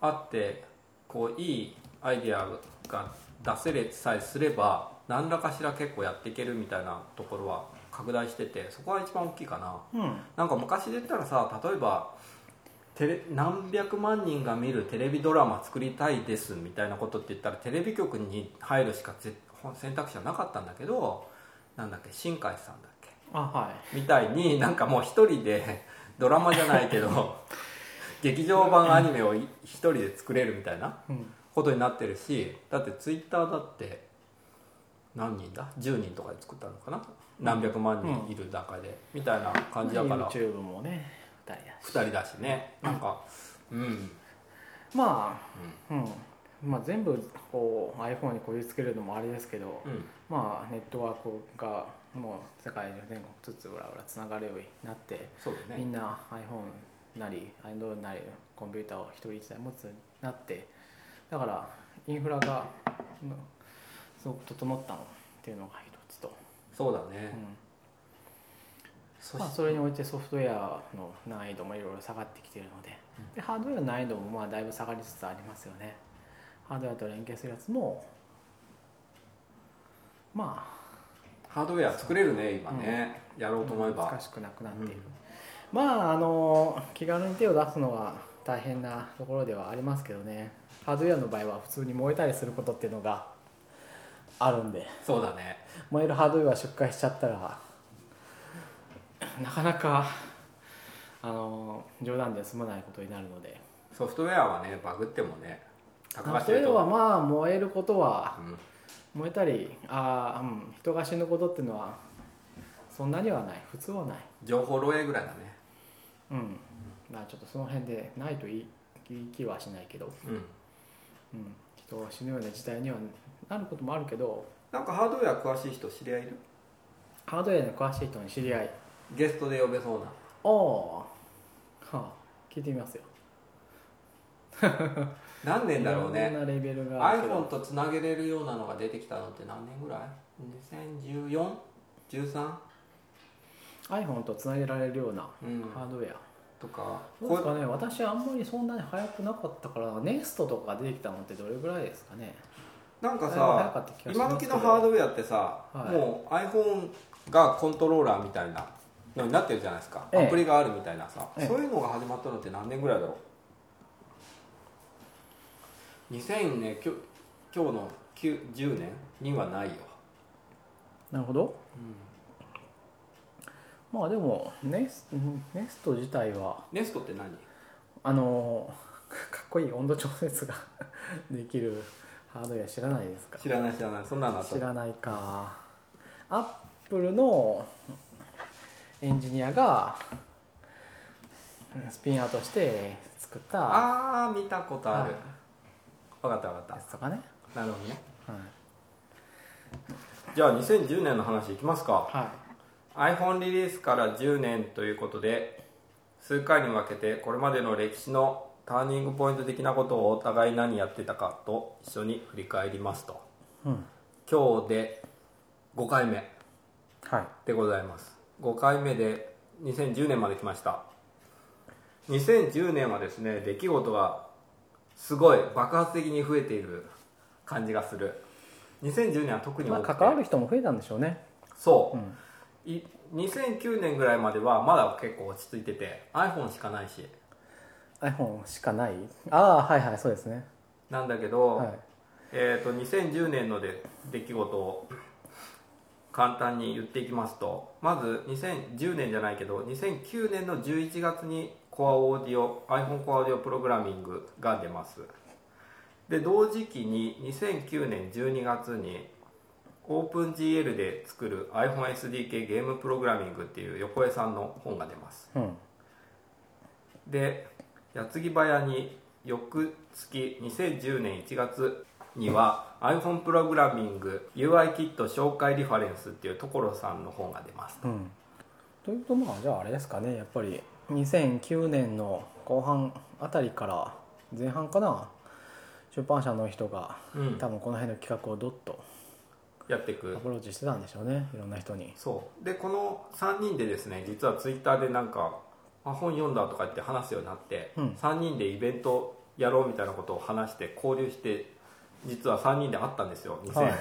Speaker 1: あってこういいアイデアが出せれさえすれば何らかしら結構やっていけるみたいなところは拡大しててそこが一番大きいかな
Speaker 2: うん
Speaker 1: なんか昔で言ったらさ例えばテレ何百万人が見るテレビドラマ作りたいですみたいなことって言ったらテレビ局に入るしかぜ選択肢はなかったんだけどなんだっけ新海さんだっけ
Speaker 2: あはい
Speaker 1: みたいになんかもう一人で [LAUGHS] ドラマじゃないけ
Speaker 2: [LAUGHS]
Speaker 1: ど劇場版アニメをい一人で作れるみたいな
Speaker 2: うん
Speaker 1: ことになってるしだってツイッターだって何人だ10人とかで作ったのかな何百万人いる中で、みたいな感じだから
Speaker 2: YouTube もね2人だし
Speaker 1: 2人だしねなんかうん
Speaker 2: まあ、うんまあ、全部こう iPhone にこぎつけるのもあれですけど、
Speaker 1: うん
Speaker 2: まあ、ネットワークがもう世界の全国つつうらうらつながるようになって、
Speaker 1: そうだね
Speaker 2: みんな iPhone なり Android なりコンピューターを一人一台持つようになってだからインフラがうんすごく整ったのっていうのが一つと、
Speaker 1: そうだ
Speaker 2: う
Speaker 1: ね、
Speaker 2: ん
Speaker 1: そし
Speaker 2: まあ、それにおいてソフトウェアの難易度もいろいろ下がってきているのででハードウェアの難易度もまあだいぶ下がりつつありますよねハードウェアと連携するやつもまあ
Speaker 1: ハードウェア作れるね今ね、やろうと思えば、
Speaker 2: 難しくなくなっている、まああの気軽に手を出すのは大変なところではありますけどねハードウェアの場合は普通に燃えたりすることっていうのがあるんで
Speaker 1: そうだね
Speaker 2: 燃えるハードウェア出荷しちゃったらなかなかあの冗談で済まないことになるので
Speaker 1: ソフトウェアはねバグってもね高橋
Speaker 2: それはまあ燃えることは
Speaker 1: うん
Speaker 2: 燃えたりああうん人が死ぬことっていうのはそんなにはない普通はない
Speaker 1: 情報漏洩ぐらいだね
Speaker 2: うん、まあちょっとその辺でないといいいい気はしないけど、
Speaker 1: うん
Speaker 2: うん、人が死ぬような事態にはなることもあるけど
Speaker 1: なんかハードウェア詳しい人知り合いいる
Speaker 2: ハードウェアに詳しい人に知り合い
Speaker 1: ゲストで呼べそうな
Speaker 2: おおはあ聞いてみますよ
Speaker 1: 何年だろう
Speaker 2: いろ
Speaker 1: ね
Speaker 2: んなレベルがあるけど
Speaker 1: iPhone とつなげれるようなのが出てきたのって何年ぐらい ?2014?13?
Speaker 2: iPhone とつなげられるような
Speaker 1: うん
Speaker 2: ハードウェア、
Speaker 1: とか
Speaker 2: どうですかね私あんまりそんなに早くなかったから NEXT とかが出てきたのってどれぐらいですかね
Speaker 1: なんか
Speaker 2: だいぶ早
Speaker 1: さ
Speaker 2: かった気がし
Speaker 1: 今
Speaker 2: ます
Speaker 1: 時
Speaker 2: け
Speaker 1: の
Speaker 2: ど
Speaker 1: ハードウェアってさ、
Speaker 2: はい
Speaker 1: もう iPhone がコントローラーみたいなのになってるじゃないですか、
Speaker 2: ええ
Speaker 1: アプリがあるみたいなさ、
Speaker 2: ええ
Speaker 1: そういうのが始まったのって何年ぐらいだろう2000ねきょ今日の9 10年にはないよ、
Speaker 2: なるほどまあでもネスネスト自体は
Speaker 1: ネストって何
Speaker 2: あのかっこいい温度調節が [LAUGHS] できるハードウェア知らないですか
Speaker 1: 知らない知らないそんなのあった
Speaker 2: 知らないかアップルのエンジニアがスピンアウトして作ったや
Speaker 1: あー見たことある、
Speaker 2: はい
Speaker 1: 分かった分かっ
Speaker 2: つとかね、
Speaker 1: たなるほどね
Speaker 2: はい
Speaker 1: じゃあ2010年の話いきますか
Speaker 2: は
Speaker 1: iPhone リリースから10年ということで数回に分けてこれまでの歴史のターニングポイント的なことをお互い何やってたかと一緒に振り返りますと
Speaker 2: い、うん
Speaker 1: 今日で5回目
Speaker 2: はい、
Speaker 1: でございます5回目で2010年まで来ました2010年はですね出来事がすごい爆発的に増えている感じがする2010年は特に
Speaker 2: ま
Speaker 1: 多
Speaker 2: あ、
Speaker 1: くて、
Speaker 2: 関わる人も増えたんでしょうね、
Speaker 1: そうう、
Speaker 2: ん、
Speaker 1: い2009年ぐらいまではまだ結構落ち着いてて iPhone しかないし
Speaker 2: iPhone しかないああはいはいそうですね
Speaker 1: なんだけど、
Speaker 2: はい
Speaker 1: えー、と2010年ので出来事を簡単に言っていきますとまず2010年じゃないけど2009年の11月にコアオーディオ iPhone コアオーディオプログラミングが出ますで同時期に2009年12月に OpenGL で作る iPhoneSDK ゲームプログラミングっていう横江さんの本が出ます
Speaker 2: うん
Speaker 1: で矢継ぎ早に翌月2010年1月には iPhone プログラミング UI キット紹介リファレンスっていう所さんの本が出ます
Speaker 2: うんというとまあじゃああれですかねやっぱり2009年の後半あたりから前半かな出版社の人が
Speaker 1: うん
Speaker 2: 多分この辺の企画をどっと
Speaker 1: やってい
Speaker 2: ア
Speaker 1: く
Speaker 2: プローチしてたんでしょうねいろんな人に
Speaker 1: そうでこの3人でですね実は Twitter でなんかあ本読んだとか言って話すようになって、
Speaker 2: うん
Speaker 1: 3人でイベントやろうみたいなことを話して交流して実は3人で会ったんですよ2000、 [LAUGHS]
Speaker 2: はい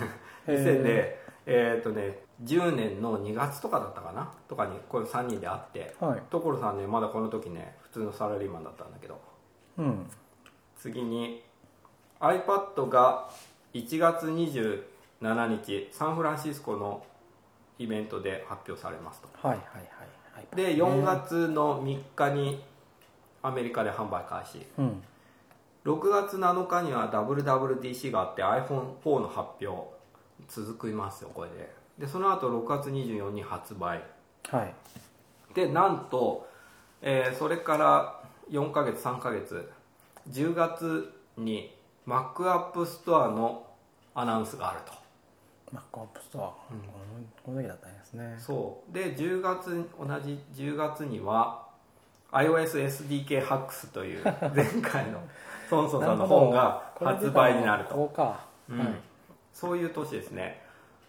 Speaker 1: 2000でえっ、とね10年の2月とかだったかなとかにこれ3人で会って
Speaker 2: はい
Speaker 1: 所さんねまだこの時ね普通のサラリーマンだったんだけど
Speaker 2: うん
Speaker 1: 次に iPad が1月27日サンフランシスコのイベントで発表されますと
Speaker 2: はいはいはいはい
Speaker 1: で4月の3日にアメリカで販売開始
Speaker 2: うん
Speaker 1: 6月7日には WWDC があって iPhone4 の発表続きますよこれででその後6月24日に発売
Speaker 2: はい
Speaker 1: でなんと、えーそれから4ヶ月3ヶ月10月に MacApp ストアのアナウンスがあると
Speaker 2: マックアップストア、
Speaker 1: うん
Speaker 2: このこの時だったんですね
Speaker 1: そうで10月同じ10月には iOSSDK ハックスと
Speaker 2: [LAUGHS]
Speaker 1: いう前回のソンソンさんの本が発売になると
Speaker 2: こうか、
Speaker 1: うん
Speaker 2: はい
Speaker 1: そういう年ですね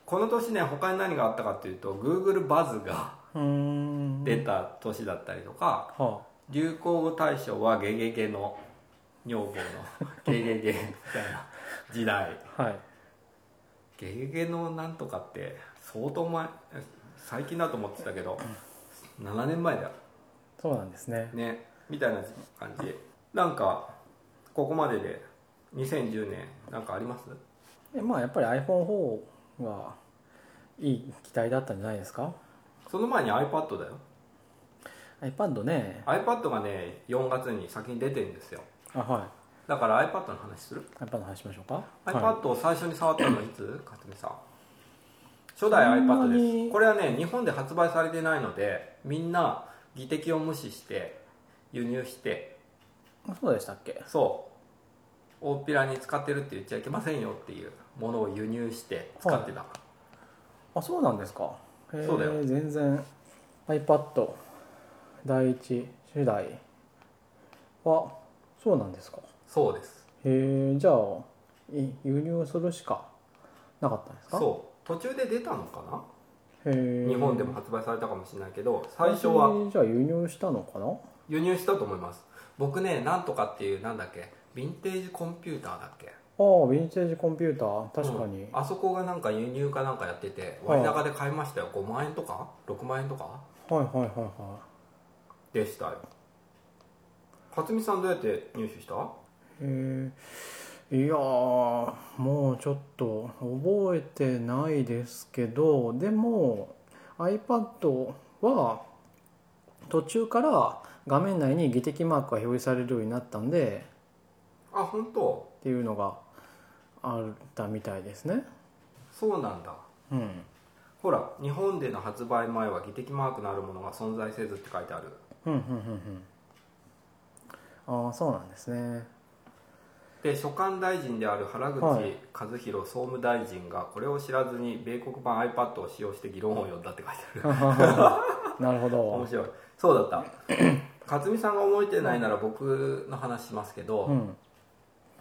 Speaker 1: この年ね他に何があったかっていうと Google バズが
Speaker 2: うーん
Speaker 1: 出た年だったりとか、
Speaker 2: は
Speaker 1: 流行語大賞はゲゲゲの女房のゲゲゲみたいな時代
Speaker 2: あはい
Speaker 1: ゲゲゲのなんとかって相当前最近だと思ってたけど7年前だよ
Speaker 2: そうなんですね
Speaker 1: ねみたいな感じなんかここまでで2010年なんかあります
Speaker 2: えまあやっぱり iPhone4 がいい機体だったんじゃないですか
Speaker 1: その前に iPad だよ
Speaker 2: iPad ね
Speaker 1: iPad がね4月に先に出てるんですよ
Speaker 2: あは
Speaker 1: だから iPad の話する
Speaker 2: い iPad の話しましょうか
Speaker 1: iPad を最初に触ったのはいつ
Speaker 2: [COUGHS]
Speaker 1: 勝美さん初代
Speaker 2: そんな
Speaker 1: iPad で
Speaker 2: に
Speaker 1: すこれはね日本で発売されてないのでみんな技的を無視して輸入して
Speaker 2: はい、そうでしたっけ
Speaker 1: そう大っぴらに使ってるって言っちゃいけませんよっていうものを輸入して使ってた、
Speaker 2: あそうなんですかへえ
Speaker 1: そうだよ
Speaker 2: 全然 iPad 第一世代はそうなんですか
Speaker 1: そうです
Speaker 2: へえじゃあい輸入するしかなかったんですか
Speaker 1: そう途中で出たのかな、
Speaker 2: うへえ
Speaker 1: 日本でも発売されたかもしれないけど最初は
Speaker 2: じゃあ輸入したのかな
Speaker 1: 輸入したと思います僕ねなんとかっていうなんだっけヴィンテージコンピューターだっけ
Speaker 2: ああヴィンテージコンピューター確かに、
Speaker 1: うんあそこがなんか輸入かなんかやってて
Speaker 2: はい
Speaker 1: 割高で買いましたよ5万円とか6万円とか
Speaker 2: はいはいはいは
Speaker 1: でしたよ勝美さんどうやって入手した
Speaker 2: いえー、いやーもうちょっと覚えてないですけどでも iPad は途中から画面内に擬的マークが表示されるようになったんで
Speaker 1: あ本当
Speaker 2: っていうのがあったみたいですね。
Speaker 1: そうなんだ
Speaker 2: うん、
Speaker 1: ほら日本での発売前は技的マークのあるものが存在せずって書いてある
Speaker 2: うん、うん、うん、うん。ああ、そうなんですね。 [LAUGHS]
Speaker 1: で所管大臣である原口
Speaker 2: はい
Speaker 1: 和弘総務大臣がこれを知らずに米国版 iPad を使用して議論を呼んだって書いてある
Speaker 2: なるほ
Speaker 1: 面
Speaker 2: ど。
Speaker 1: 白いそうだった [CLEARS THROAT] 勝美さんが覚えてないなら僕の話しますけど、
Speaker 2: うん、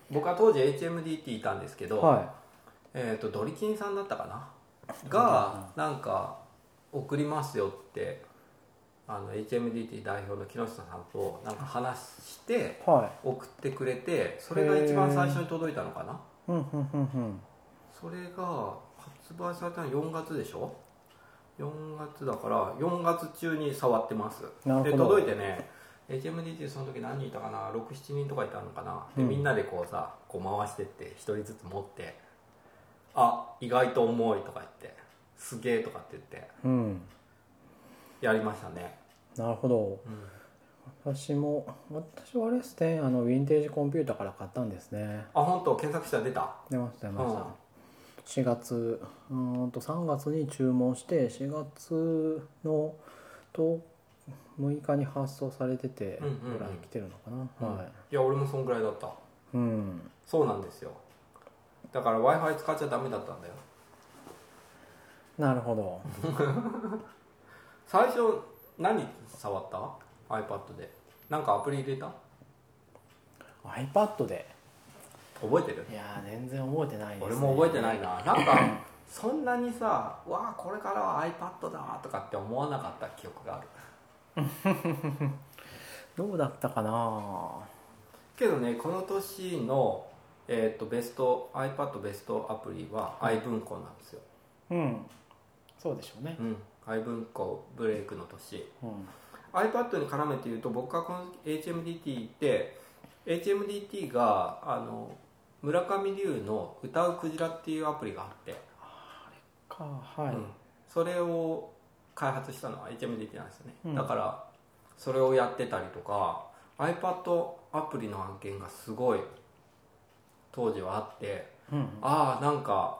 Speaker 1: 僕は当時 HMDT いたんですけど、
Speaker 2: は
Speaker 1: えー、とドリキンさんだったかながなんか送りますよってあの HMDT 代表の木下さんとなんか話して
Speaker 2: い、は、
Speaker 1: 送ってくれてそれが一番最初に届いたのかない
Speaker 2: うん、うん、うん、うん。
Speaker 1: それが発売されたの4月でしょ4月だから4月中に触ってます
Speaker 2: なる
Speaker 1: で
Speaker 2: ほど
Speaker 1: 届いてね HMDT その時何人いたかな67人とかいたのかなで、
Speaker 2: うん
Speaker 1: みんなでこうさこう回してって1人ずつ持って「あ意外と重い」とか言って「すげえ」とかって言って
Speaker 2: うん、
Speaker 1: やりましたね、
Speaker 2: なるほど。
Speaker 1: うん
Speaker 2: 私も、私はあれですね、あのヴィンテージコンピューターから買ったんですね。
Speaker 1: あ本当検索したら出た
Speaker 2: 出ました、出ま
Speaker 1: う
Speaker 2: し
Speaker 1: ん
Speaker 2: た。4月、うーんと3月に注文して、4月のと6日に発送されてて
Speaker 1: うんうんうん
Speaker 2: ぐらい来てるのかな。はい。
Speaker 1: いや俺もそんぐらいだった
Speaker 2: うん。
Speaker 1: そうなんですよだから w i f i 使っちゃダメだったんだよ
Speaker 2: なるほど。
Speaker 1: 最初何触った iPad でなんかアプリ入れた
Speaker 2: iPad で。
Speaker 1: 覚えてる
Speaker 2: いやー全然覚えてないです、ね、
Speaker 1: 俺も覚えてないななんかそんなにさ「わあこれからは iPad だ」とかって思わなかった記憶がある
Speaker 2: どうだったかな
Speaker 1: けどねこの年の、えー、とベスト iPad ベストアプリは iP文庫なんですよ、
Speaker 2: うんそうでしょうね
Speaker 1: うん、iP文庫ブレイクの年
Speaker 2: うん
Speaker 1: iPad に絡めて言うと僕がこの HMDT って HMDT があの村上龍の「歌うクジラ」っていうアプリがあって、
Speaker 2: かはい、
Speaker 1: うんそれを開発したのは HMDT なんですよね、
Speaker 2: うん
Speaker 1: だからそれをやってたりとか iPad アプリの案件がすごい当時はあって
Speaker 2: うん
Speaker 1: ああなんか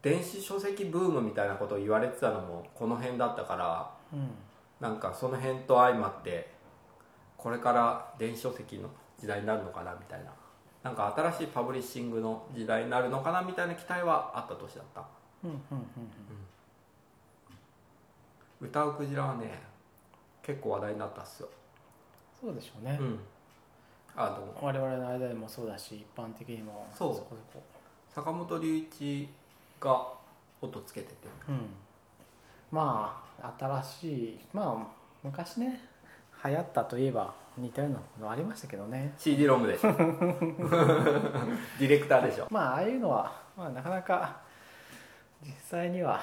Speaker 1: 電子書籍ブームみたいなことを言われてたのもこの辺だったから
Speaker 2: うん
Speaker 1: なんかその辺と相まってこれから電子書籍の時代になるのかなみたいななんか新しいパブリッシングの時代になるのかなみたいな期待はあった年だった
Speaker 2: うんうんうん
Speaker 1: 歌うクジラはね結構話題になったっすよ、
Speaker 2: そうでしょうね、
Speaker 1: うん、あの
Speaker 2: 我々の間でもそうだし一般的にも
Speaker 1: そう
Speaker 2: そこそこ
Speaker 1: 坂本龍一が音つけてて
Speaker 2: うんまあ新しいまあ昔ね流行ったといえば似たようなものありましたけどね
Speaker 1: CD ロムでしょ [LAUGHS] ディレクターでしょ
Speaker 2: まあああいうのは、まあ、なかなか実際には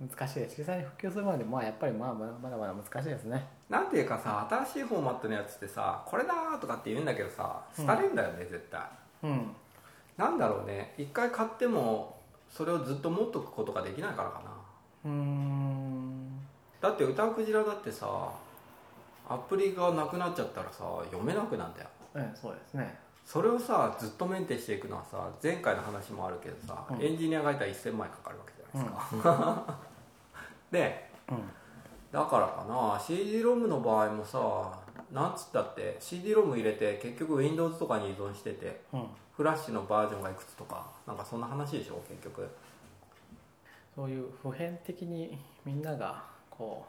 Speaker 2: 難しいです実際に普及するまでまあやっぱりまあまだまだまだ難しいですね
Speaker 1: なんていうかさ新しいフォーマットのやつってさこれだーとかって言うんだけどさ廃れんだよね、絶対
Speaker 2: うん
Speaker 1: なんだろうね一回買ってもそれをずっと持っとくことができないからかな
Speaker 2: うーん
Speaker 1: だって歌うクジラだってさアプリがなくなっちゃったらさ読めなくなんだよ
Speaker 2: ええそうですね
Speaker 1: それをさずっとメンテしていくのはさ前回の話もあるけどさ、
Speaker 2: うん
Speaker 1: エンジニアがいたら1000万円かかるわけじゃないですか、で
Speaker 2: うん
Speaker 1: だからかな CD ロムの場合もさなんつったって CD ロム入れて結局 Windows とかに依存してて
Speaker 2: うん
Speaker 1: フラッシュのバージョンがいくつとかなんかそんな話でしょ結局
Speaker 2: そういう普遍的にみんながこ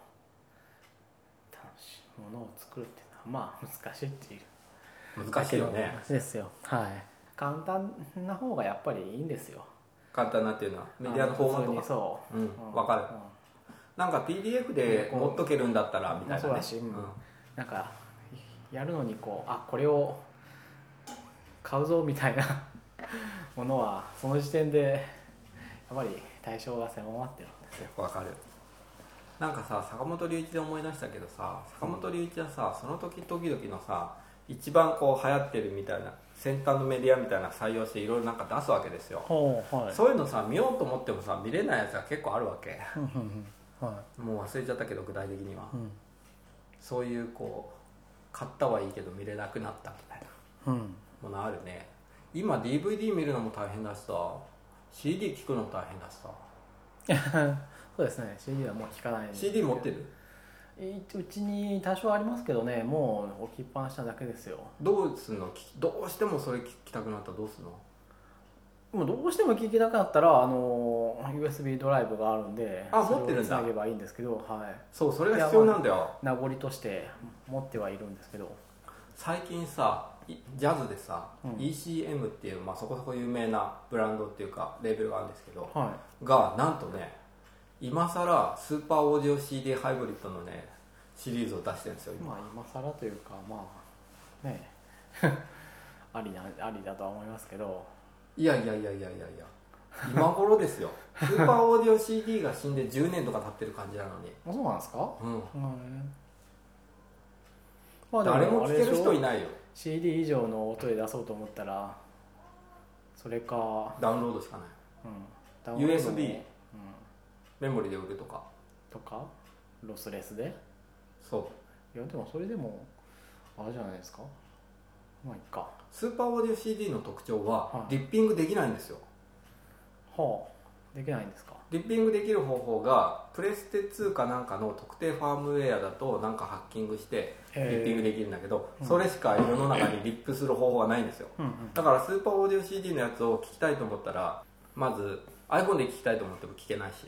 Speaker 2: う楽しいものを作るっていうのはまあ難しいっていう
Speaker 1: 難しいよね
Speaker 2: 話ですよはい簡単な方がやっぱりいいんですよ
Speaker 1: 簡単なっていうのはメディアのフォーマット
Speaker 2: 普
Speaker 1: が
Speaker 2: 通にそ
Speaker 1: うん
Speaker 2: う、うん
Speaker 1: 分かる
Speaker 2: うん
Speaker 1: なんか PDF で持っとけるんだったらみたいな
Speaker 2: そう
Speaker 1: ね
Speaker 2: だし
Speaker 1: うん
Speaker 2: なんかやるのにこうあこれを買うぞみたいな [LAUGHS] ものはその時点でやっぱり対象が狭まってるんですよ
Speaker 1: わかるなんかさ坂本龍一で思い出したけどさ坂本龍一はさその時々々のさ一番こう流行ってるみたいな先端のメディアみたいなの採用していろいろなんか出すわけですよ、
Speaker 2: ほうは
Speaker 1: そういうのさ見ようと思ってもさ見れないやつが結構あるわけ
Speaker 2: うんうんうんはい
Speaker 1: もう忘れちゃったけど具体的には、
Speaker 2: うん
Speaker 1: そういうこう買ったはいいけど見れなくなったみたいな
Speaker 2: うん
Speaker 1: ものあるね今 DVD 見るのも大変だしさ CD 聴くのも大変だしさ、
Speaker 2: そうですね CD はもう聞かないんですけど
Speaker 1: CD 持ってる
Speaker 2: うちに多少ありますけどねもう置きっぱなしなだけですよ
Speaker 1: どうすんのきどうしてもそれ聴きたくなったらどうすんの
Speaker 2: もうどうしても聞けなくなったらあの USB ドライブがあるんで
Speaker 1: あ持ってるんだ
Speaker 2: つなげばいいんですけどはい
Speaker 1: そうそれが必要なんだよ
Speaker 2: 名残として持ってはいるんですけど
Speaker 1: 最近さいジャズでさ、
Speaker 2: うん
Speaker 1: ECM っていう、まあ、そこそこ有名なブランドっていうかレーベルがあるんですけど
Speaker 2: は
Speaker 1: がなんとね今さらスーパーオーディオ CD ハイブリッドのねシリーズを出してるんですよ
Speaker 2: い
Speaker 1: 今、
Speaker 2: まあ今更というかまあね [LAUGHS] えありなありだとは思いますけど
Speaker 1: いやいやいやいやいやいや今頃です
Speaker 2: [LAUGHS]
Speaker 1: よスーパーオーディオ CD が死んで10年とか経ってる感じなのに
Speaker 2: あそうなんですか
Speaker 1: うん
Speaker 2: うんまあで
Speaker 1: 誰も
Speaker 2: あ
Speaker 1: 聴
Speaker 2: れ
Speaker 1: け
Speaker 2: でし
Speaker 1: る
Speaker 2: ょ
Speaker 1: 人いないよ
Speaker 2: CD 以上の音で出そうと思ったらそれか、
Speaker 1: ダウンロードしかない
Speaker 2: うん、ダウンロードも
Speaker 1: USB
Speaker 2: うん、
Speaker 1: メモリで売るとか
Speaker 2: とかロスレスで
Speaker 1: そう
Speaker 2: いやでもそれでもあれじゃないですかまあいっかは
Speaker 1: スーパーオーディオ CD の特徴は
Speaker 2: はい
Speaker 1: リッピングできないんですよ
Speaker 2: あできないんですか
Speaker 1: リッピングできる方法がプレステ2かなんかの特定ファームウェアだとなんかハッキングしてリ
Speaker 2: へー
Speaker 1: ッピングできるんだけど、
Speaker 2: うん
Speaker 1: それしか世の中にリップする方法はないんですよ
Speaker 2: うんうん
Speaker 1: だからスーパーオーディオ CD のやつを聞きたいと思ったらまず iPhone で聞きたいと思っても聞けないし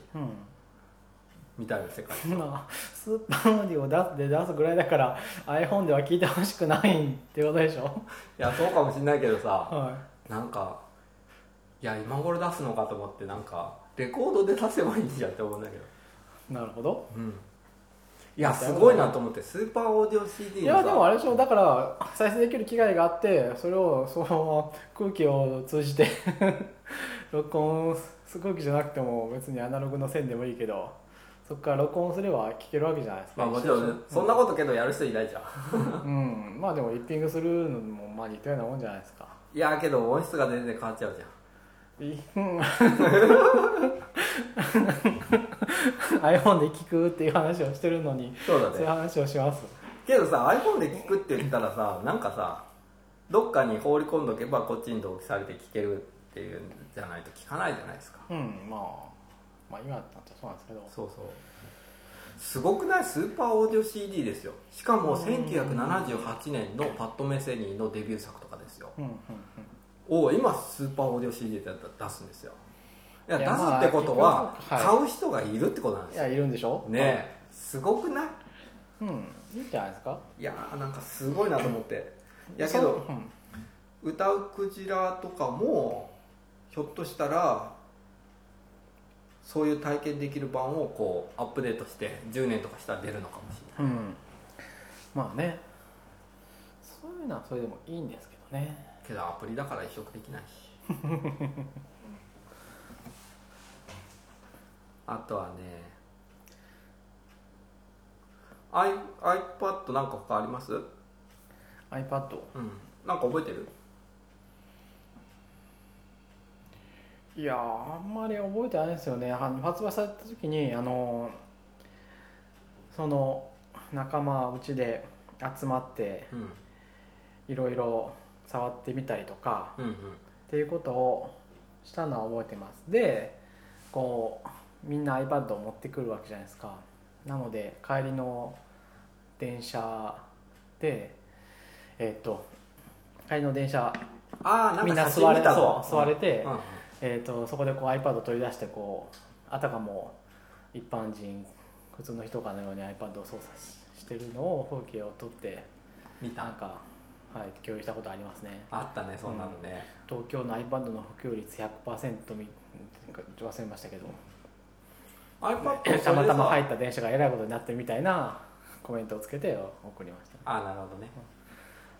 Speaker 1: みたいな世
Speaker 2: [LAUGHS]
Speaker 1: 界
Speaker 2: うん、まあスーパーオーディオを出すで出すぐらいだから iPhone では聞いてほしくないってことでしょ
Speaker 1: いやそうかもしんないけどさ
Speaker 2: は
Speaker 1: なんかいや今頃出すのかと思ってなんかレコードで出せばいいんじゃんって思うんだけど
Speaker 2: いなるほど
Speaker 1: うんいやすごいなと思ってスーパーオーディオ CD
Speaker 2: い
Speaker 1: の
Speaker 2: やでもあ
Speaker 1: れ
Speaker 2: れでしょだから再生できる機会があってそれをその空気を通じて [LAUGHS] 録音す空気じゃなくても別にアナログの線でもいいけどそこから録音すれば聞けるわけじゃないですか、
Speaker 1: まあもちろんねそんなことけどやる人いないじゃん
Speaker 2: うんまあでもリッピングするのもまあ似たようなもんじゃないですか
Speaker 1: いやけど音質が全然変わっちゃうじゃん
Speaker 2: い [LAUGHS] iPhone で聞くっていう話をしてるのに
Speaker 1: そう
Speaker 2: そういう話をします
Speaker 1: けどさ iPhone で聞くって言ったらさなんかさどっかに放り込んどけばこっちに同期されて聞けるっていうんじゃないと聞かないじゃないですか
Speaker 2: うんまあまあ今だったらそうなんですけど
Speaker 1: そうそうすごくないスーパーオーディオ CD ですよしかも1978年のパッド・メセニーのデビュー作とかですよ
Speaker 2: うんうんうん
Speaker 1: を今スーパーオーディオ CD ってやったら出すんですよいや
Speaker 2: い
Speaker 1: 出
Speaker 2: や
Speaker 1: す
Speaker 2: ま
Speaker 1: っ
Speaker 2: あ
Speaker 1: てことは
Speaker 2: 結局はい
Speaker 1: 買う人がいるってことなんで
Speaker 2: い
Speaker 1: すよ
Speaker 2: やいるんでしょ
Speaker 1: ねえすごくない
Speaker 2: うんいいんじゃないですか
Speaker 1: いやーなんかすごいなと思っていやけど
Speaker 2: そううん
Speaker 1: 歌うクジラとかもひょっとしたらそういう体験できる版をこうアップデートして10年とかしたら出るのかもしれ
Speaker 2: うんまあねそういうのはそれでもいいんですけど
Speaker 1: な
Speaker 2: ね
Speaker 1: いけどアプリだから移植できないし [LAUGHS] あとはね I iPad なんか他ありますうん
Speaker 2: iPad
Speaker 1: なんか覚えてる
Speaker 2: いやーあんまり覚えてないですよねあの発売された時にあのその仲間うちで集まって
Speaker 1: うん
Speaker 2: いろいろ触ってみたりとか
Speaker 1: うんうん
Speaker 2: っていうことをしたのは覚えてますでこうみんな iPad を持ってくるわけじゃないですかなので帰りの電車でえっと帰りの電車
Speaker 1: ああなん
Speaker 2: み
Speaker 1: ん
Speaker 2: な
Speaker 1: か写
Speaker 2: 座
Speaker 1: 真
Speaker 2: れ
Speaker 1: 見たぞ
Speaker 2: そう座れて、
Speaker 1: うんうん
Speaker 2: えー、とそこでこう iPad を取り出してこうあたかも一般人普通の人かのように iPad を操作ししてるのを風景を撮って
Speaker 1: 見た
Speaker 2: なんか、はい、共有したことありますね
Speaker 1: あったねそんなのね、
Speaker 2: 東京の iPad の普及率100%み忘れましたけど
Speaker 1: iPad を
Speaker 2: [LAUGHS] たまたま入
Speaker 1: って
Speaker 2: った電車がえらいことになってるみたいなコメントをつけて送りました
Speaker 1: ああなるほどね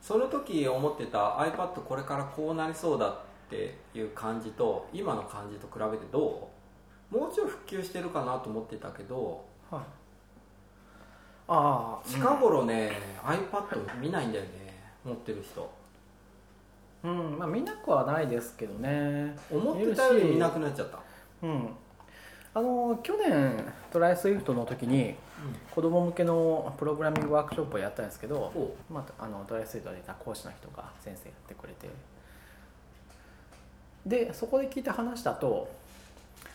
Speaker 1: その時思ってた iPad これからこうなりそうだっていう感じと今の感じと比べてどうもうちょい復旧してるかなと思ってたけど
Speaker 2: はいああ
Speaker 1: 近頃ね、iPad 見ないんだよね持ってる人
Speaker 2: うん、まあ見なくはないですけどね
Speaker 1: 思ってたより見なくなっちゃった
Speaker 2: うん、あの去年トライスイフトの時に子供向けのプログラミングワークショップをやったんですけど、
Speaker 1: ほ
Speaker 2: まあ、あのトライスイフトでいた講師の人が先生やってくれてでそこで聞いた話だと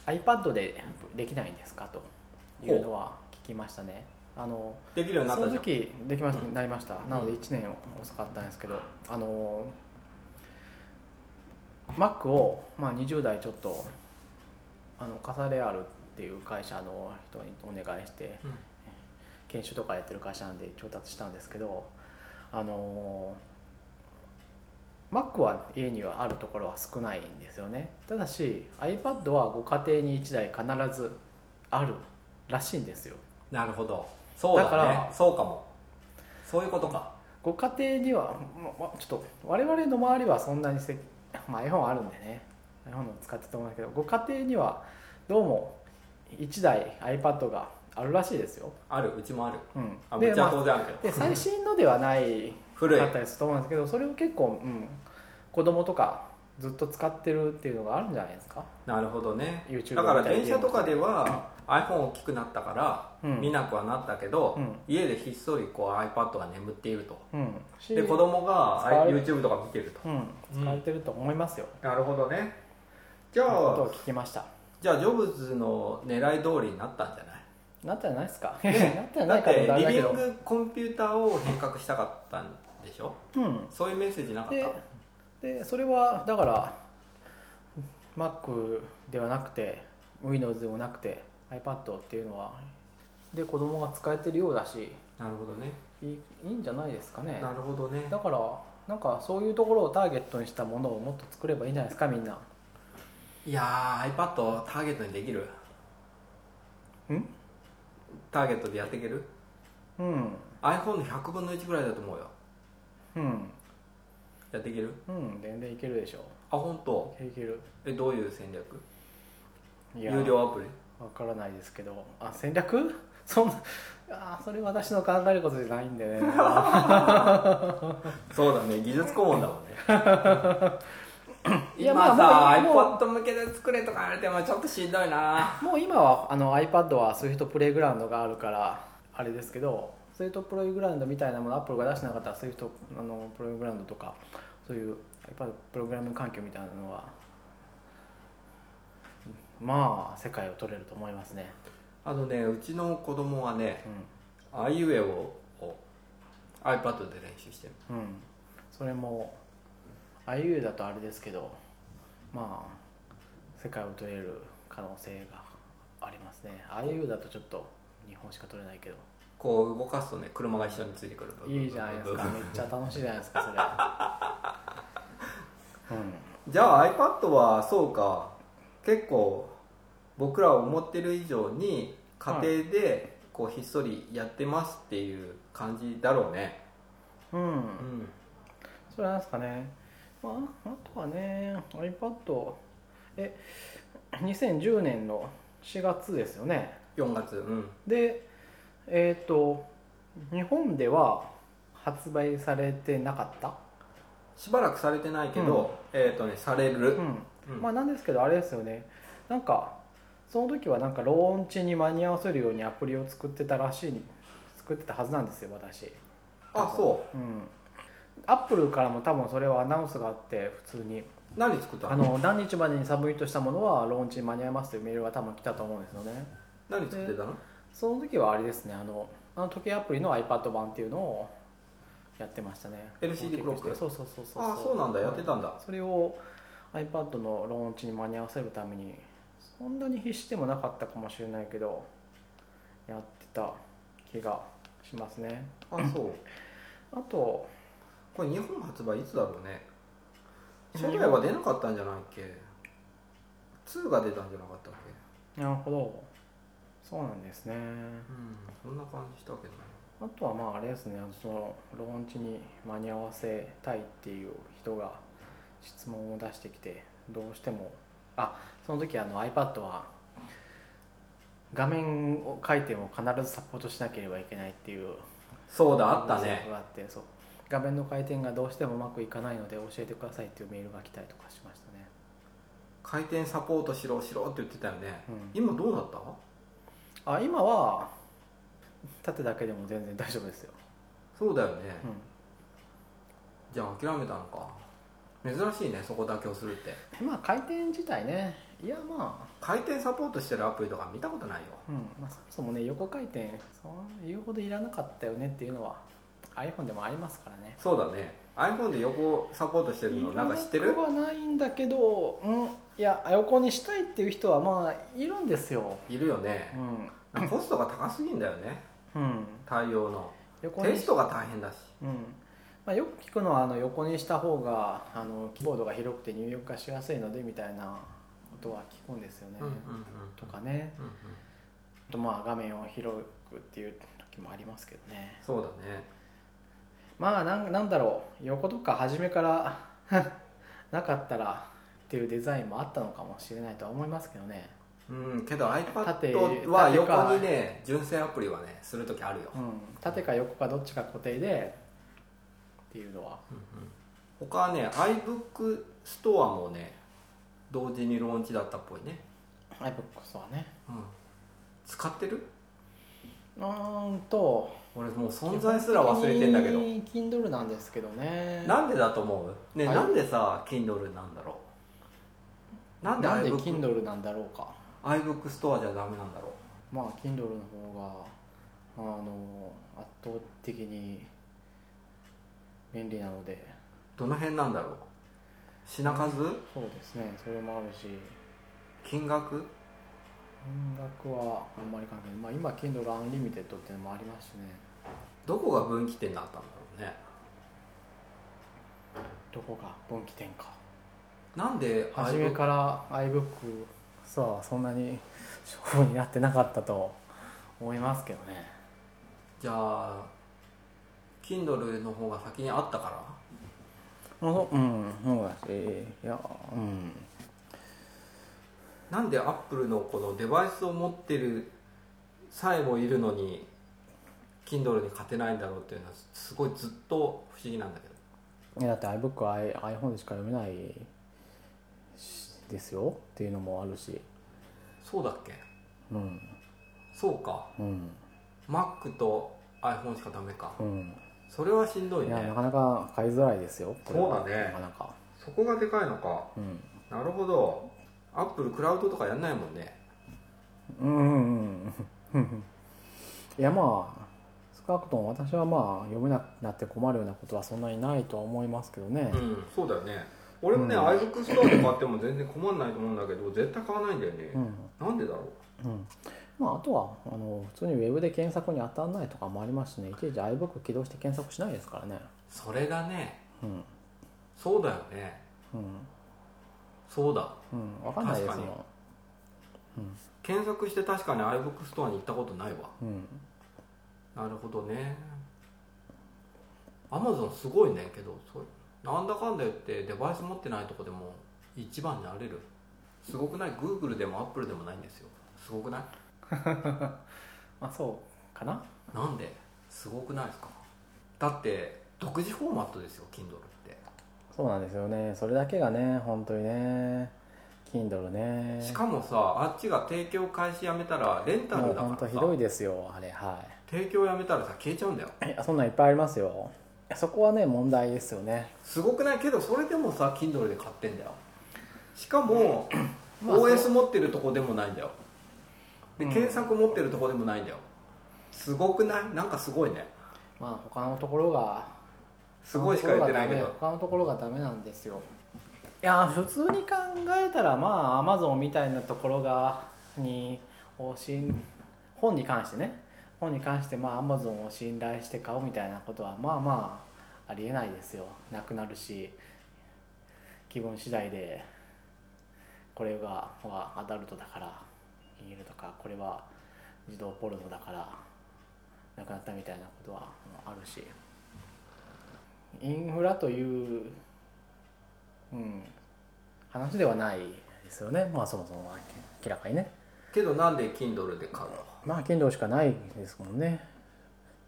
Speaker 2: iPad でできないんですかというのは聞きましたねあの
Speaker 1: できるようになっ
Speaker 2: そ
Speaker 1: た
Speaker 2: の
Speaker 1: じゃん
Speaker 2: 時できまし
Speaker 1: う
Speaker 2: たなりましたなので1年遅かったんですけどあの Mac を、まあ、20代ちょっとあのカサレアルっていう会社の人にお願いして
Speaker 1: うん
Speaker 2: 研修とかやってる会社なんで調達したんですけどあの Mac は家にはあるところは少ないんですよねただし iPad はご家庭に1台必ずあるらしいんですよ
Speaker 1: なるほどそうだ,、ね、
Speaker 2: だから
Speaker 1: そうかもそういうことか
Speaker 2: ご家庭には、ままちょっと我々の周りはそんなにせ、まあ、iPhone あるんでね iPhone を使ってると思うんだけどご家庭にはどうも1台 iPad があるらしいですよ、
Speaker 1: あるうちもある
Speaker 2: うん
Speaker 1: あめ
Speaker 2: で,、
Speaker 1: っちゃ
Speaker 2: ま
Speaker 1: 当然あるけ
Speaker 2: あ
Speaker 1: ど、
Speaker 2: で最新のではない
Speaker 1: 古い
Speaker 2: かったりすると思うんですけどそれを結構、うん、子供とかずっと使ってるっていうのがあるんじゃないですか、
Speaker 1: なるほどね
Speaker 2: YouTube
Speaker 1: だから
Speaker 2: みたいな
Speaker 1: 電車とかでは iPhone 大きくなったから
Speaker 2: うん
Speaker 1: 見なくはなったけど、
Speaker 2: うん
Speaker 1: 家でひっそりこう iPad が眠っていると
Speaker 2: うん、し
Speaker 1: で子供があ
Speaker 2: 使われ
Speaker 1: YouTube とか見てると
Speaker 2: うん、使われてると思いますよ、
Speaker 1: なるほどねじゃ
Speaker 2: ということ
Speaker 1: あ
Speaker 2: を聞きました
Speaker 1: じゃあジョブズの狙い通りになったんじゃない
Speaker 2: なったらないですか、 [LAUGHS] なったらないか
Speaker 1: だ
Speaker 2: も
Speaker 1: っ
Speaker 2: だ
Speaker 1: て
Speaker 2: め
Speaker 1: リ
Speaker 2: だ
Speaker 1: ビ
Speaker 2: け
Speaker 1: ン
Speaker 2: ど
Speaker 1: グコンピューターを変革したかったんでしょ
Speaker 2: うん
Speaker 1: そういうメッセージなかっ
Speaker 2: ででそれはだから Mac ではなくて Windows でもなくて iPad っていうのはで子供が使えてるようだし
Speaker 1: たなるほどね
Speaker 2: いいいいんじゃないですかね
Speaker 1: なるほどね
Speaker 2: だからなんかそういうところをターゲットにしたものをもっと作ればいいんじゃないですかみんない
Speaker 1: やー iPad をターゲットにできる
Speaker 2: うん
Speaker 1: ターゲットでやっていける
Speaker 2: うん
Speaker 1: iPhone の100分の1ぐらいだと思うよ
Speaker 2: うん
Speaker 1: やっていける
Speaker 2: うん全然いけるでしょ
Speaker 1: あ本当
Speaker 2: いける
Speaker 1: えどういう戦略
Speaker 2: いや
Speaker 1: 有料アプリ
Speaker 2: わからないですけどあ戦略 [LAUGHS] そんなあーそれ私の考えることじゃないんでね
Speaker 1: そうだね技術顧問だもんね
Speaker 2: いや
Speaker 1: 今さ、
Speaker 2: まあも
Speaker 1: iPad 向けで作れとか言われてもちょっとしんどいな
Speaker 2: もう今はあの iPad は Swift プレイグラウンドがあるからあれですけど Swift プレイグラウンドみたいなもの Apple が出してなかったら Swift あのプレイグラウンドとかそういう iPad プログラム環境みたいなのはまあ世界を取れると思いますね、
Speaker 1: あのねうちの子供はねあいうえおを iPad で練習してる
Speaker 2: うん、うん、それも IU だとあれですけどまあ世界を取れる可能性がありますね IU だとちょっと日本しか取れないけど
Speaker 1: こう動かすとね車が一緒についてくる
Speaker 2: いいじゃないですか、めっちゃ楽しいじゃないですか、それ。う
Speaker 1: じゃあ iPad はそうか結構僕ら思ってる以上に家庭でこうひっそりやってますっていう感じだろうね、
Speaker 2: ん、
Speaker 1: う
Speaker 2: う、
Speaker 1: んん、
Speaker 2: それなんですかね、まあ、あとはね、iPad、え、2010年の4月ですよね、
Speaker 1: 4月うん
Speaker 2: で、えっ、と、日本では発売されてなかった、
Speaker 1: しばらくされてないけど、えっ、とねされる
Speaker 2: う、ん、
Speaker 1: うん
Speaker 2: まあ、なんですけど、あれですよね、なんか、その時はなんか、ローンチに間に合わせるようにアプリを作ってたらしい、作ってたはずなんですよ、私。
Speaker 1: あそ
Speaker 2: うん、アップルからも多分それはアナウンスがあって普通に
Speaker 1: う何作った
Speaker 2: あの何日までにサブミットしたものはローンチに間に合いますというメールが多分来たと思うんですよね
Speaker 1: 何作ってたの
Speaker 2: その時はあれですねあのあの時計アプリの iPad 版っていうのをやってましたね
Speaker 1: LCD クロック
Speaker 2: そうそうそうそう
Speaker 1: あそうなんだやってたんだ
Speaker 2: それを iPad のローンチに間に合わせるためにそんなに必死でもなかったかもしれないけどやってた気がしますね
Speaker 1: あそう
Speaker 2: あと
Speaker 1: これ日本発売いつだろうね初代は出なかったんじゃないっけ2が出たんじゃなかったっけ
Speaker 2: なるほどそうなんですね
Speaker 1: うんそんな感じしたけどね
Speaker 2: あとはまああれですねあのそのローンチに間に合わせたいっていう人が質問を出してきてどうしてもあその時あの iPad は画面を回転を必ずサポートしなければいけないっていう
Speaker 1: そうだあったね
Speaker 2: があってそう画面の回転がどうしてもうまくいかないので教えてくださいっていうメールが来たりとかしましたね
Speaker 1: 回転サポートしろしろって言ってたよね、
Speaker 2: うん
Speaker 1: 今どうなった
Speaker 2: あ今は縦だけでも全然大丈夫ですよ、
Speaker 1: そうだよね、
Speaker 2: うん
Speaker 1: じゃあ諦めたのか珍しいねそこだけをするって
Speaker 2: まあ回転自体ねいやまあ,、
Speaker 1: 回転サポートしてるアプリとか見たことないよ
Speaker 2: うんまあそもそもね横回転そう言うほどいらなかったよねっていうのは iPhone でもありますからね
Speaker 1: そうだね iPhone で横サポートしてるのなんか知って
Speaker 2: いら
Speaker 1: る
Speaker 2: なくはないんだけど、うん、いや横にしたいっていう人はまあいるんですよ
Speaker 1: いるよね
Speaker 2: う
Speaker 1: コストが高すぎんだよね
Speaker 2: ん、うん、
Speaker 1: 対応の
Speaker 2: 横
Speaker 1: テ
Speaker 2: に
Speaker 1: ストが大変だし
Speaker 2: うんまあ、よく聞くのはあの横にした方があのキーボードが広くて入力がしやすいのでみたいなことは聞くんですよね、
Speaker 1: うんうんうん
Speaker 2: とかね
Speaker 1: うんうん
Speaker 2: あとまあ画面を広くっていう時もありますけどね
Speaker 1: そうだね
Speaker 2: まあなんなんだろう横とか初めから [LAUGHS] なかったらっていうデザインもあったのかもしれないとは思いますけどね、
Speaker 1: うんけど
Speaker 2: 縦
Speaker 1: iPad は
Speaker 2: 縦か
Speaker 1: 横にね純正アプリはねするときあるよ、
Speaker 2: うん、縦か横かどっちか固定でっていうのは
Speaker 1: 他はね iBook ストアもね同時にローンチだったっぽいね、
Speaker 2: iBooks はね
Speaker 1: うん、使ってる
Speaker 2: うーんと
Speaker 1: 俺もう存在すら忘れてんだけど
Speaker 2: 基本的に Kindle なんですけどね
Speaker 1: なんでだと思うね
Speaker 2: はい
Speaker 1: なんでさ Kindle なんだろうなんで
Speaker 2: なんで
Speaker 1: iBook,
Speaker 2: Kindle なんだろうか
Speaker 1: iBook ストアじゃダメなんだろ
Speaker 2: まあ Kindle の方があの圧倒的に便利なので
Speaker 1: うどの辺なんだろう品数、
Speaker 2: そうですねそれもあるし
Speaker 1: 金額
Speaker 2: 音楽はあんまり関係ない、まあ、今 Kindle Unlimited っていうのもありますしね
Speaker 1: どこが分岐点になったんだろうね
Speaker 2: どこが分岐点か
Speaker 1: なんで
Speaker 2: 初め
Speaker 1: iBook
Speaker 2: から iBook さあそんなに勝負になってなかったと思いますけどね
Speaker 1: じゃあ Kindle の方が先にあったから
Speaker 2: あそううんそうだしいやうん
Speaker 1: なんでアップルのこのデバイスを持ってるさえもいるのに Kindle に勝てないんだろうっていうのはすごいずっと不思議なんだけど
Speaker 2: いやだって iBook は i- iPhone でしか読めないしですよっていうのもあるし
Speaker 1: そうだっけ
Speaker 2: うん
Speaker 1: そうか
Speaker 2: うん
Speaker 1: Mac と iPhone しかダメか
Speaker 2: うん
Speaker 1: それはしんどい
Speaker 2: いやな
Speaker 1: ね
Speaker 2: かなか買いづらいですよこれは
Speaker 1: そうだね
Speaker 2: なかなか
Speaker 1: そこがでかいのか
Speaker 2: うん
Speaker 1: なるほどアップルクラウドとかやんないもんね
Speaker 2: うんうんうんいやまあ少なくとも私はまあ読めなくなって困るようなことはそんなにないとは思いますけどね、
Speaker 1: うんそうだよね俺もね、
Speaker 2: うん
Speaker 1: iBook ストアで買っても全然困んないと思うんだけど絶対買わないんだよね
Speaker 2: う、ん
Speaker 1: なんでだろう
Speaker 2: うんまあ、あとはあの普通にウェブで検索に当たらないとかもありますしねいちいち iBook 起動して検索しないですからね
Speaker 1: それがね
Speaker 2: うん
Speaker 1: そうだよね
Speaker 2: うん
Speaker 1: そうだ
Speaker 2: うん分かんないです
Speaker 1: 確
Speaker 2: よ、
Speaker 1: 検索して確かに iBook ストアに行ったことないわ
Speaker 2: うん、
Speaker 1: なるほどね Amazon すごいねけどそれなんだかんだ言ってデバイス持ってないとこでも一番になれるすごくない Google でも Apple でもないんですよすごくない
Speaker 2: まあそうかな
Speaker 1: なんですごくないですかだって独自フォーマットですよ Kindle って
Speaker 2: そうなんですよねそれだけがね本当にね Kindle ね
Speaker 1: しかもさあっちが提供開始やめたらレンタ
Speaker 2: も
Speaker 1: ル
Speaker 2: う
Speaker 1: だか
Speaker 2: 本当
Speaker 1: ら
Speaker 2: ひ
Speaker 1: さ
Speaker 2: どいですよあれは
Speaker 1: 提供やめたらさ消えちゃうんだよ
Speaker 2: いいやそんなんいっぱいありますよそこはね問題ですよね
Speaker 1: すごくないけどそれでもさ Kindle で買ってんだよしかも
Speaker 2: まあ
Speaker 1: OS 持ってるとこでもないんだよで
Speaker 2: うん
Speaker 1: 検索持ってるとこでもないんだよすごくないなんかすごいね
Speaker 2: まあ他のところが
Speaker 1: すごいしか言ってないけど
Speaker 2: 他のところがダメなんですよいや普通に考えたらまあアマゾンみたいなところがにを信本に関してね本に関してまあアマゾンを信頼して買うみたいなことはまあまあありえないですよなくなるし気分次第でこれがはアダルトだから言えるとかこれは児童ポルノだからなくなったみたいなことはあるしインフラという、うん、話ではないですよねまあそもそも明らかにね
Speaker 1: けどなんで Kindle で買うの
Speaker 2: まあ Kindle しかないですもんね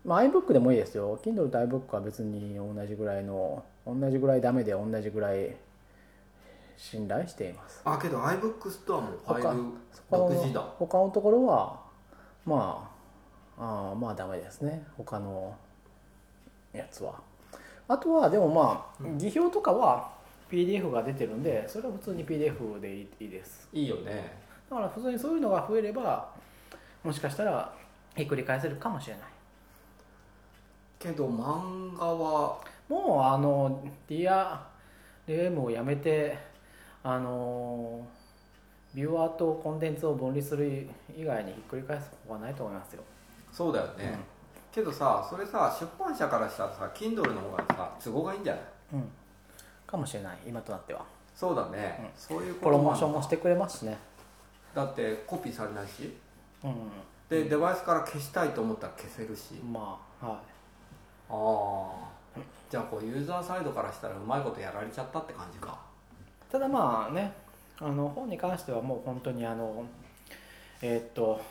Speaker 2: まあ iBook でもいいですよ Kindle と iBook は別に同じぐらいの同じぐらいダメで同じぐらい信頼しています
Speaker 1: あけど iBook ストアも
Speaker 2: 他そこ
Speaker 1: 独自
Speaker 2: の
Speaker 1: だ
Speaker 2: 他のところはまああーまあダメですね他のやつはあとはでもまあ
Speaker 1: うん
Speaker 2: 技表とかは PDF が出てるんでそれは普通に PDF でいいいいです
Speaker 1: いいよね
Speaker 2: だから普通にそういうのが増えればもしかしたらひっくり返せるかもしれない
Speaker 1: けど漫画は
Speaker 2: もうあのディアレエムをやめてあのビューアーとコンテンツを分離する以外にひっくり返す方法はないと思いますよ
Speaker 1: そうだよね、
Speaker 2: うん
Speaker 1: けどさそれさ出版社からしたらさ Kindle の方がさ都合がいいんじゃない
Speaker 2: うん、かもしれない今となっては
Speaker 1: そうだね、
Speaker 2: うん
Speaker 1: そういうこ
Speaker 2: プ
Speaker 1: と
Speaker 2: ロ
Speaker 1: なの
Speaker 2: モーションもしてくれますしね
Speaker 1: だってコピーされないし
Speaker 2: うん
Speaker 1: で、デバイスから消したいと思ったら消せるし
Speaker 2: まあは
Speaker 1: ああじゃあこうユーザーサイドからしたらうまいことやられちゃったって感じか
Speaker 2: いただまあねあの本に関してはもう本当にあのえーっと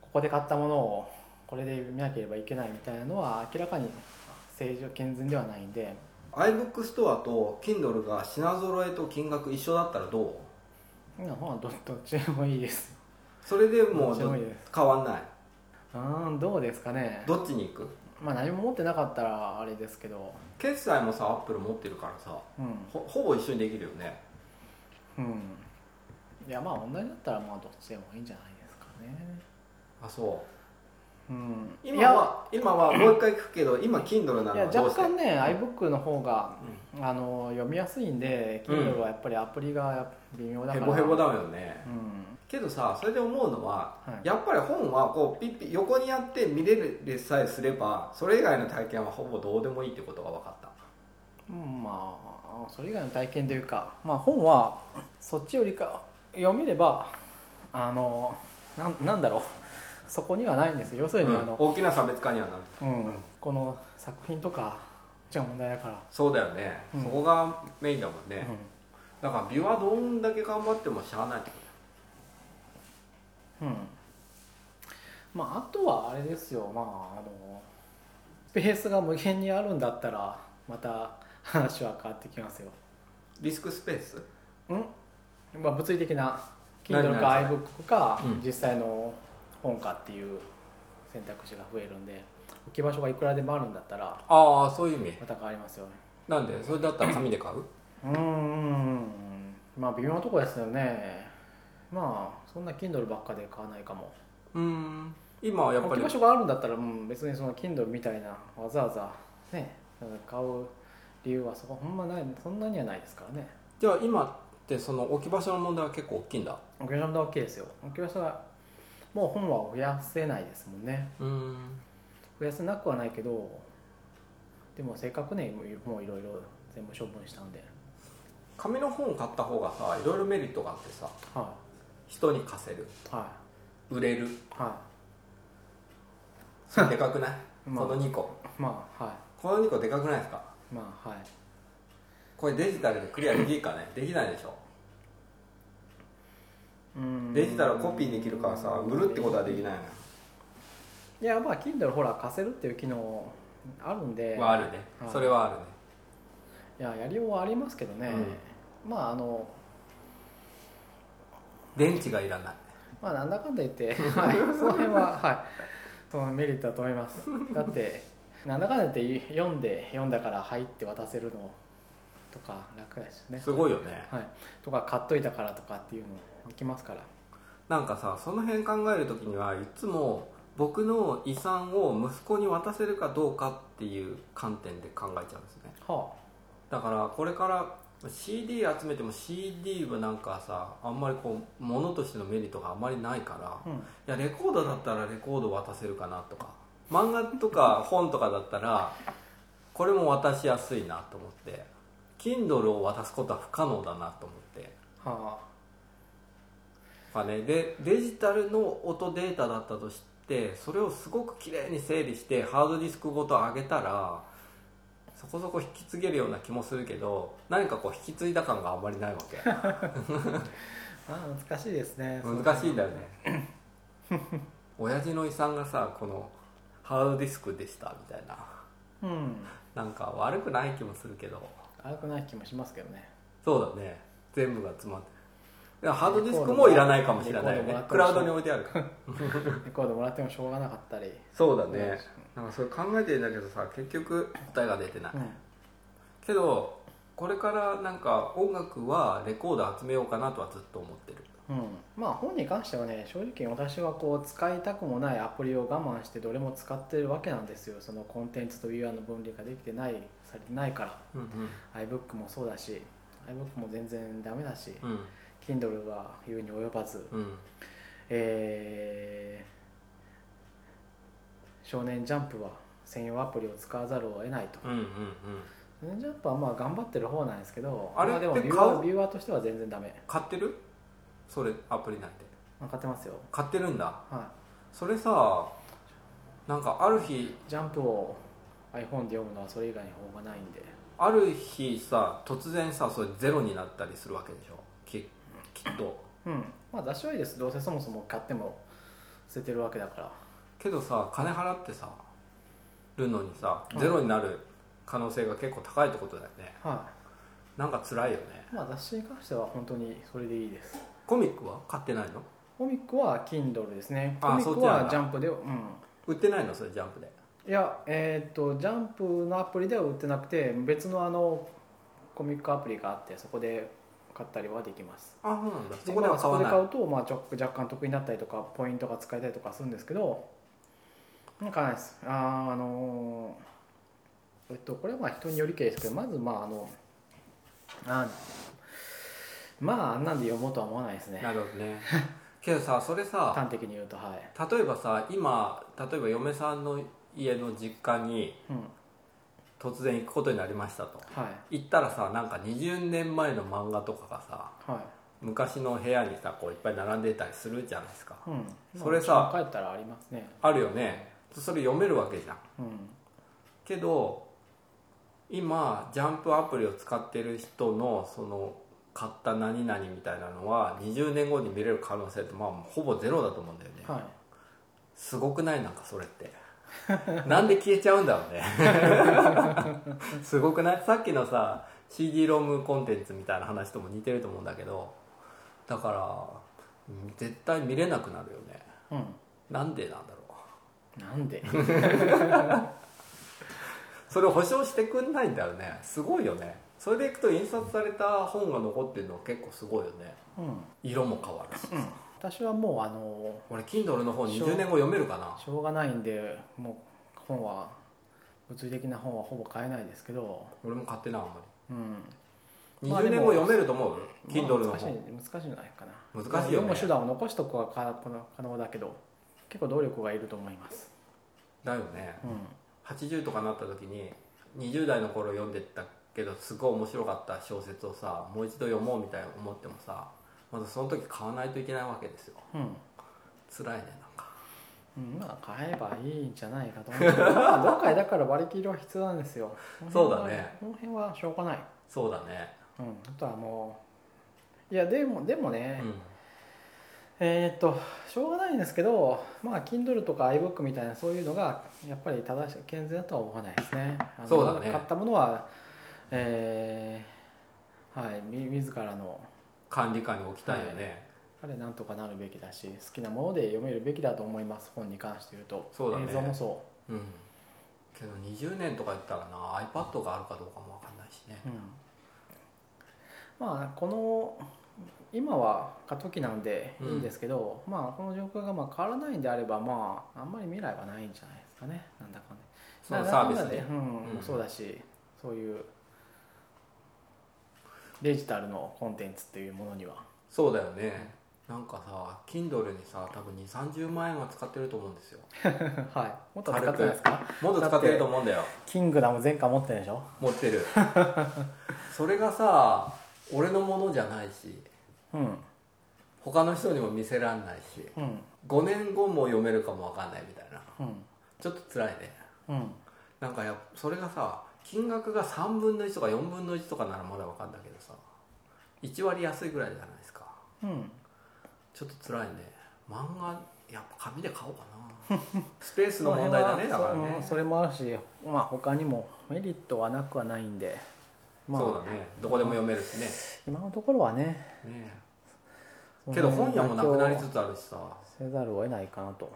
Speaker 2: ここで買ったものをこれで見なければいけないみたいなのは明らかに正常健全ではないんで
Speaker 1: iBook ストアと Kindle が品揃えと金額一緒だったらどう
Speaker 2: まあまあどどっちでもいいです
Speaker 1: それでもう
Speaker 2: どっちで
Speaker 1: ど
Speaker 2: もいいです
Speaker 1: 変わんないう
Speaker 2: ーんどうですかね
Speaker 1: どっちに行く
Speaker 2: まあ何も持ってなかったらあれですけど
Speaker 1: 決済もさ Apple 持ってるからさ
Speaker 2: うん
Speaker 1: ほほぼ一緒にできるよね
Speaker 2: うんいやまあ同じだったらまあどっちでもいいんじゃないですかね
Speaker 1: あそう
Speaker 2: うんい
Speaker 1: 今
Speaker 2: や
Speaker 1: は今はもう一回聞くけど今 Kindle ないの
Speaker 2: や
Speaker 1: はどう
Speaker 2: 若
Speaker 1: して
Speaker 2: 干ね iBook の方が、あの読みやすいんで
Speaker 1: うん
Speaker 2: Kindle はやっぱりアプリが微妙だか
Speaker 1: ヘ
Speaker 2: ら
Speaker 1: ボヘボだよね
Speaker 2: うん
Speaker 1: けどさそれで思うのは
Speaker 2: はい
Speaker 1: やっぱり本はこうピッピ横にやって見れるさえすればそれ以外の体験はほぼどうでもいいってことが分かった
Speaker 2: うんまあそれ以外の体験というか、まあ、本はそっちよりか読めればあのなんなんだろうそこにはないんですよ要するにあ
Speaker 1: うん
Speaker 2: の、
Speaker 1: 大きな差別化にはなる
Speaker 2: うんこの作品とかじゃ問題だから、
Speaker 1: そうだよね、
Speaker 2: うん
Speaker 1: そこがメインだもん
Speaker 2: う
Speaker 1: ね、
Speaker 2: ん
Speaker 1: だからビュはどんだけ頑張ってもしゃあない
Speaker 2: うんまああとはあれですよまああのスペースが無限にあるんだったらまた話は変わってきますよ。
Speaker 1: リスクスペース
Speaker 2: うんまあ物理的な
Speaker 1: 何
Speaker 2: Kindle か iBook か
Speaker 1: うん
Speaker 2: 実際の本かっていう選択肢が増えるんで置き場所がいくらでもあるんだったら
Speaker 1: ああそういう意味
Speaker 2: また変わりますよね。
Speaker 1: なんでそれだったら紙で買う
Speaker 2: うーんまあ微妙なとこですよね。まあそんな Kindle ばっかで買わないかも。
Speaker 1: うん今はやっぱ
Speaker 2: 置き
Speaker 1: り
Speaker 2: 場所があるんだったら、うん、別にその Kindle みたいなわざわざね買う理由はそこほんまないそんなにはないですからね
Speaker 1: じゃあ今ってその置き場所の問題は結構大きいんだ
Speaker 2: 置き場所も大きいですよ置き場所はもう本は増やせないですもんね
Speaker 1: うん
Speaker 2: 増やせなくはないけどでもせっかくねもういろいろ全部処分したんで
Speaker 1: 紙の本買った方がさいろいろメリットがあってさ
Speaker 2: は
Speaker 1: 人に貸せる
Speaker 2: いは
Speaker 1: 売れ [LAUGHS] る
Speaker 2: いは
Speaker 1: それでかくない、
Speaker 2: まあ
Speaker 1: この2個
Speaker 2: いまあは
Speaker 1: この2個でかくないですか
Speaker 2: いまあはい
Speaker 1: これデジタルでクリアできるかねできないでしょ
Speaker 2: うーん
Speaker 1: デジタルをコピーできるからさ売るってことはできない
Speaker 2: いやまあ Kindle ほら貸せるっていう機能あるんで
Speaker 1: のはあるね
Speaker 2: はい
Speaker 1: それはあるね
Speaker 2: いややりようはありますけどね、まああの
Speaker 1: 電池がいらない
Speaker 2: まあなんだかんだ言っ
Speaker 1: [LAUGHS]
Speaker 2: て、はい、その辺ははいそのメリットだと思いますだってなんだかんだ言って読んで読んだから入って渡せるのとか楽だしね
Speaker 1: すごいよね
Speaker 2: はい、とか買っといたからとかっていうのできますから
Speaker 1: なんかさその辺考える時にはいつも僕の遺産を息子に渡せるかどうかっていう観点で考えちゃうんですね
Speaker 2: は
Speaker 1: だからこれから CD 集めても CD はなんかさあんまりこう物としてのメリットがあんまりないから
Speaker 2: あ、うん、
Speaker 1: いやレコードだったらレコード渡せるかなとか漫画とか本とかだったらこれも渡しやすいなと思って Kindle を渡すことは不可能だなと思って
Speaker 2: はあ
Speaker 1: まあね、でデジタルの音データだったとしてそれをすごくきれいに整理してハードディスクごと上げたらそこそこ引き継げるような気もするけど何かこう引き継いだ感があんまりないわけ
Speaker 2: まあ難しいですね
Speaker 1: 難しいんだよね親父の遺産がさこのハードディスクでしたみたいな
Speaker 2: うん
Speaker 1: なんか悪くない気もするけど [LAUGHS]
Speaker 2: 悪くない気もしますけどね
Speaker 1: そうだね全部が詰まってるハードディスクもいらないかもしれないよ
Speaker 2: レコードもら
Speaker 1: ね
Speaker 2: って
Speaker 1: クラウドに置いてあるから
Speaker 2: レコードもらってもしょうがなかったり、
Speaker 1: そうだねなんかそれ考えてるんだけどさ結局答えが出てない、
Speaker 2: うん
Speaker 1: けどこれからなんか音楽はレコード集めようかなとはずっと思ってる
Speaker 2: うん、まあ本に関してはね正直私はこう使いたくもないアプリを我慢してどれも使ってるわけなんですよそのコンテンツと UI の分離ができてないされてないから
Speaker 1: うん
Speaker 2: iBook もそうだし iBook も全然ダメだし、
Speaker 1: うん
Speaker 2: Kindle は言うに及ばず、
Speaker 1: うんうん
Speaker 2: えー少年ジャンプは専用アプリを使わざるを得ないと
Speaker 1: うんうんうん
Speaker 2: 少年ジャンプはまあ頑張ってる方なんですけど
Speaker 1: あれ
Speaker 2: までも
Speaker 1: って
Speaker 2: ビューア
Speaker 1: 買
Speaker 2: ー
Speaker 1: う
Speaker 2: ビューアーとしては全然ダメ
Speaker 1: 買ってるそれアプリ内で
Speaker 2: 分かってますよ
Speaker 1: 買ってるんだ
Speaker 2: はい
Speaker 1: それさなんかある日
Speaker 2: ジャンプを iPhone で読むのはそれ以外に方がないんで
Speaker 1: ある日さ突然さそれゼロになったりするわけでしょききっと
Speaker 2: うんまあ出しはいいですどうせそもそも買っても捨ててるわけだから
Speaker 1: けどさ金払ってさるのにさゼロになる可能性が結構高いってことだよね
Speaker 2: は
Speaker 1: なんか辛いよね
Speaker 2: いまあ雑誌に関しては本当にそれでいいです
Speaker 1: コミックは買ってないの
Speaker 2: コミックは Kindle ですねコ
Speaker 1: あ
Speaker 2: ミック
Speaker 1: そっちなん
Speaker 2: は
Speaker 1: だ
Speaker 2: ジャンプでうん
Speaker 1: 売ってないのそれジャンプで
Speaker 2: いやえーっとジャンプのアプリでは売ってなくて別のあのコミックアプリがあってそこで買ったりはできます
Speaker 1: あそうなんだそこでは買わ
Speaker 2: まあそこ
Speaker 1: ない
Speaker 2: で買うと、まあ、ちょ若干得になったりとかポイントが使えたりとかするんですけどなんかないですあーあのーえっとこれはまあ人によりけりですけどまずまああのあまああんなんで読もうとは思わないですね
Speaker 1: なるほどねけどさそれさ
Speaker 2: 端的に言うとはい、
Speaker 1: 例えばさ今例えば嫁さんの家の実家に
Speaker 2: うん
Speaker 1: 突然行くことになりましたと
Speaker 2: はい
Speaker 1: 行ったらさなんか20年前の漫画とかがさ
Speaker 2: はい
Speaker 1: 昔の部屋にさこういっぱい並んでたりするじゃないですか
Speaker 2: うんまあ
Speaker 1: それさ
Speaker 2: うちに帰ったらありますね
Speaker 1: あるよねそれ読めるわけじゃん
Speaker 2: うん
Speaker 1: けど今ジャンプアプリを使ってる人のその買った何々みたいなのは20年後に見れる可能性ってまあほぼゼロだと思うんだよね、
Speaker 2: はい
Speaker 1: すごくないなんかそれってなんで消えちゃうんだろうね [LAUGHS] すごくないさっきのさ CD ロムコンテンツみたいな話とも似てると思うんだけどだからうん絶対見れなくなるよね
Speaker 2: う
Speaker 1: なんでなんだろ
Speaker 2: ん、な
Speaker 1: [LAUGHS]
Speaker 2: んで
Speaker 1: うそれを保証してくんないんだよねすごいよねそれでいくと印刷された本が残ってるのは結構すごいよね
Speaker 2: うん
Speaker 1: 色も変わるし
Speaker 2: 私はもうあの
Speaker 1: 俺 Kindle の本20年後読めるかな
Speaker 2: しょうがないんでもう本は物理的な本はほぼ買えないですけど、
Speaker 1: 俺も買ってないあんま
Speaker 2: うん、
Speaker 1: り
Speaker 2: まあ
Speaker 1: 20
Speaker 2: で
Speaker 1: 年
Speaker 2: も
Speaker 1: 後読めると思う
Speaker 2: まあ
Speaker 1: Kindle の
Speaker 2: 難しい
Speaker 1: 本
Speaker 2: 難しいんじゃないかな
Speaker 1: 難しいよね
Speaker 2: まあ読む手段を残しとくはかこの可能だけど結構動力がいると思います、
Speaker 1: だよね
Speaker 2: うん
Speaker 1: 80とかなった時に20代の頃読んでたけどすごい面白かった小説をさもう一度読もうみたいに思ってもさまだその時買わないといけないわけですよ
Speaker 2: うん
Speaker 1: 辛いねなんか
Speaker 2: うんまあ買えばいいんじゃないかと思うけどまあどっかでだから割り切りは必要なんですよ
Speaker 1: そうだね
Speaker 2: この辺はしょうがない、
Speaker 1: そうだね
Speaker 2: うん、あとはもういやでもでもね、
Speaker 1: うん
Speaker 2: えーっとしょうがないんですけど、まあ、Kindle とか iBook みたいなそういうのがやっぱり正しい健全だとは思わないですね。あの
Speaker 1: そうだね
Speaker 2: 買ったものは、えーはい、み自らの
Speaker 1: 管理下に置きたいよね、
Speaker 2: あれなんとかなるべきだし好きなもので読めるべきだと思います本に関して言うと
Speaker 1: そうだね
Speaker 2: 映像もそ
Speaker 1: うんけど20年とか言ったらな iPad があるかどうかも分かんないしね
Speaker 2: う、うん、まあこの今は過渡期なんでいいんですけど、まあ、この状況がまあ変わらないんであれば、まあ、あんまり未来はないんじゃないですかねなんだかんだ。
Speaker 1: そのサービス
Speaker 2: なんだ
Speaker 1: で
Speaker 2: かんだうん
Speaker 1: うん
Speaker 2: そうだしそういうデジタルのコンテンツっていうもの [LAUGHS] には
Speaker 1: そうだよねなんかさ Kindle にさ多分2 3 0万円は使ってると思うんですよ
Speaker 2: はいもっと使ってないですか
Speaker 1: もっと使ってると思うんだよ
Speaker 2: キングダム全巻持ってるでしょ
Speaker 1: 持って
Speaker 2: [LAUGHS]
Speaker 1: るそれがさ俺のものじゃないし
Speaker 2: うん
Speaker 1: 他の人にも見せらんないし
Speaker 2: うん
Speaker 1: 5年後も読めるかもわかんないみたいな
Speaker 2: うん
Speaker 1: ちょっと辛いね
Speaker 2: うん
Speaker 1: なんかやっそれがさ金額が3分の1とか4分の1とかならまだわかんだけどさ1割安いぐらいじゃないですか
Speaker 2: うん
Speaker 1: ちょっと辛いね漫画やっぱ紙で買おうかな
Speaker 2: [LAUGHS]
Speaker 1: スペースの問題だねだから
Speaker 2: そ
Speaker 1: ね
Speaker 2: ううんそれもあるしまあ他にもメリットはなくはないんでま
Speaker 1: そう
Speaker 2: あ
Speaker 1: だねどこでも読めるしね
Speaker 2: 今のところはね
Speaker 1: ねけど本屋もなくなりつつあるしさも
Speaker 2: せざるを得ないかなと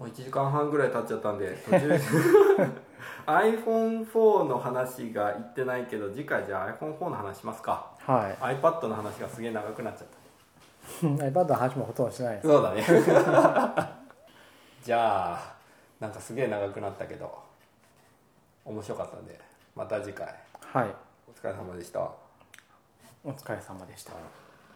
Speaker 1: う1時間半ぐらい経っちゃったん [LAUGHS] で途中 iPhone4 の話が言ってないけど次回じゃあ iPhone4 の話しますか
Speaker 2: はい [LAUGHS]
Speaker 1: iPad の話がすげえ長くなっちゃった
Speaker 2: iPad の話もほとんどしてないです
Speaker 1: そうだね [LAUGHS] じゃあなんかすげえ長くなったけど面白かったんでまた次回
Speaker 2: はい
Speaker 1: お疲れ様でした
Speaker 2: お疲れ様でした
Speaker 1: はい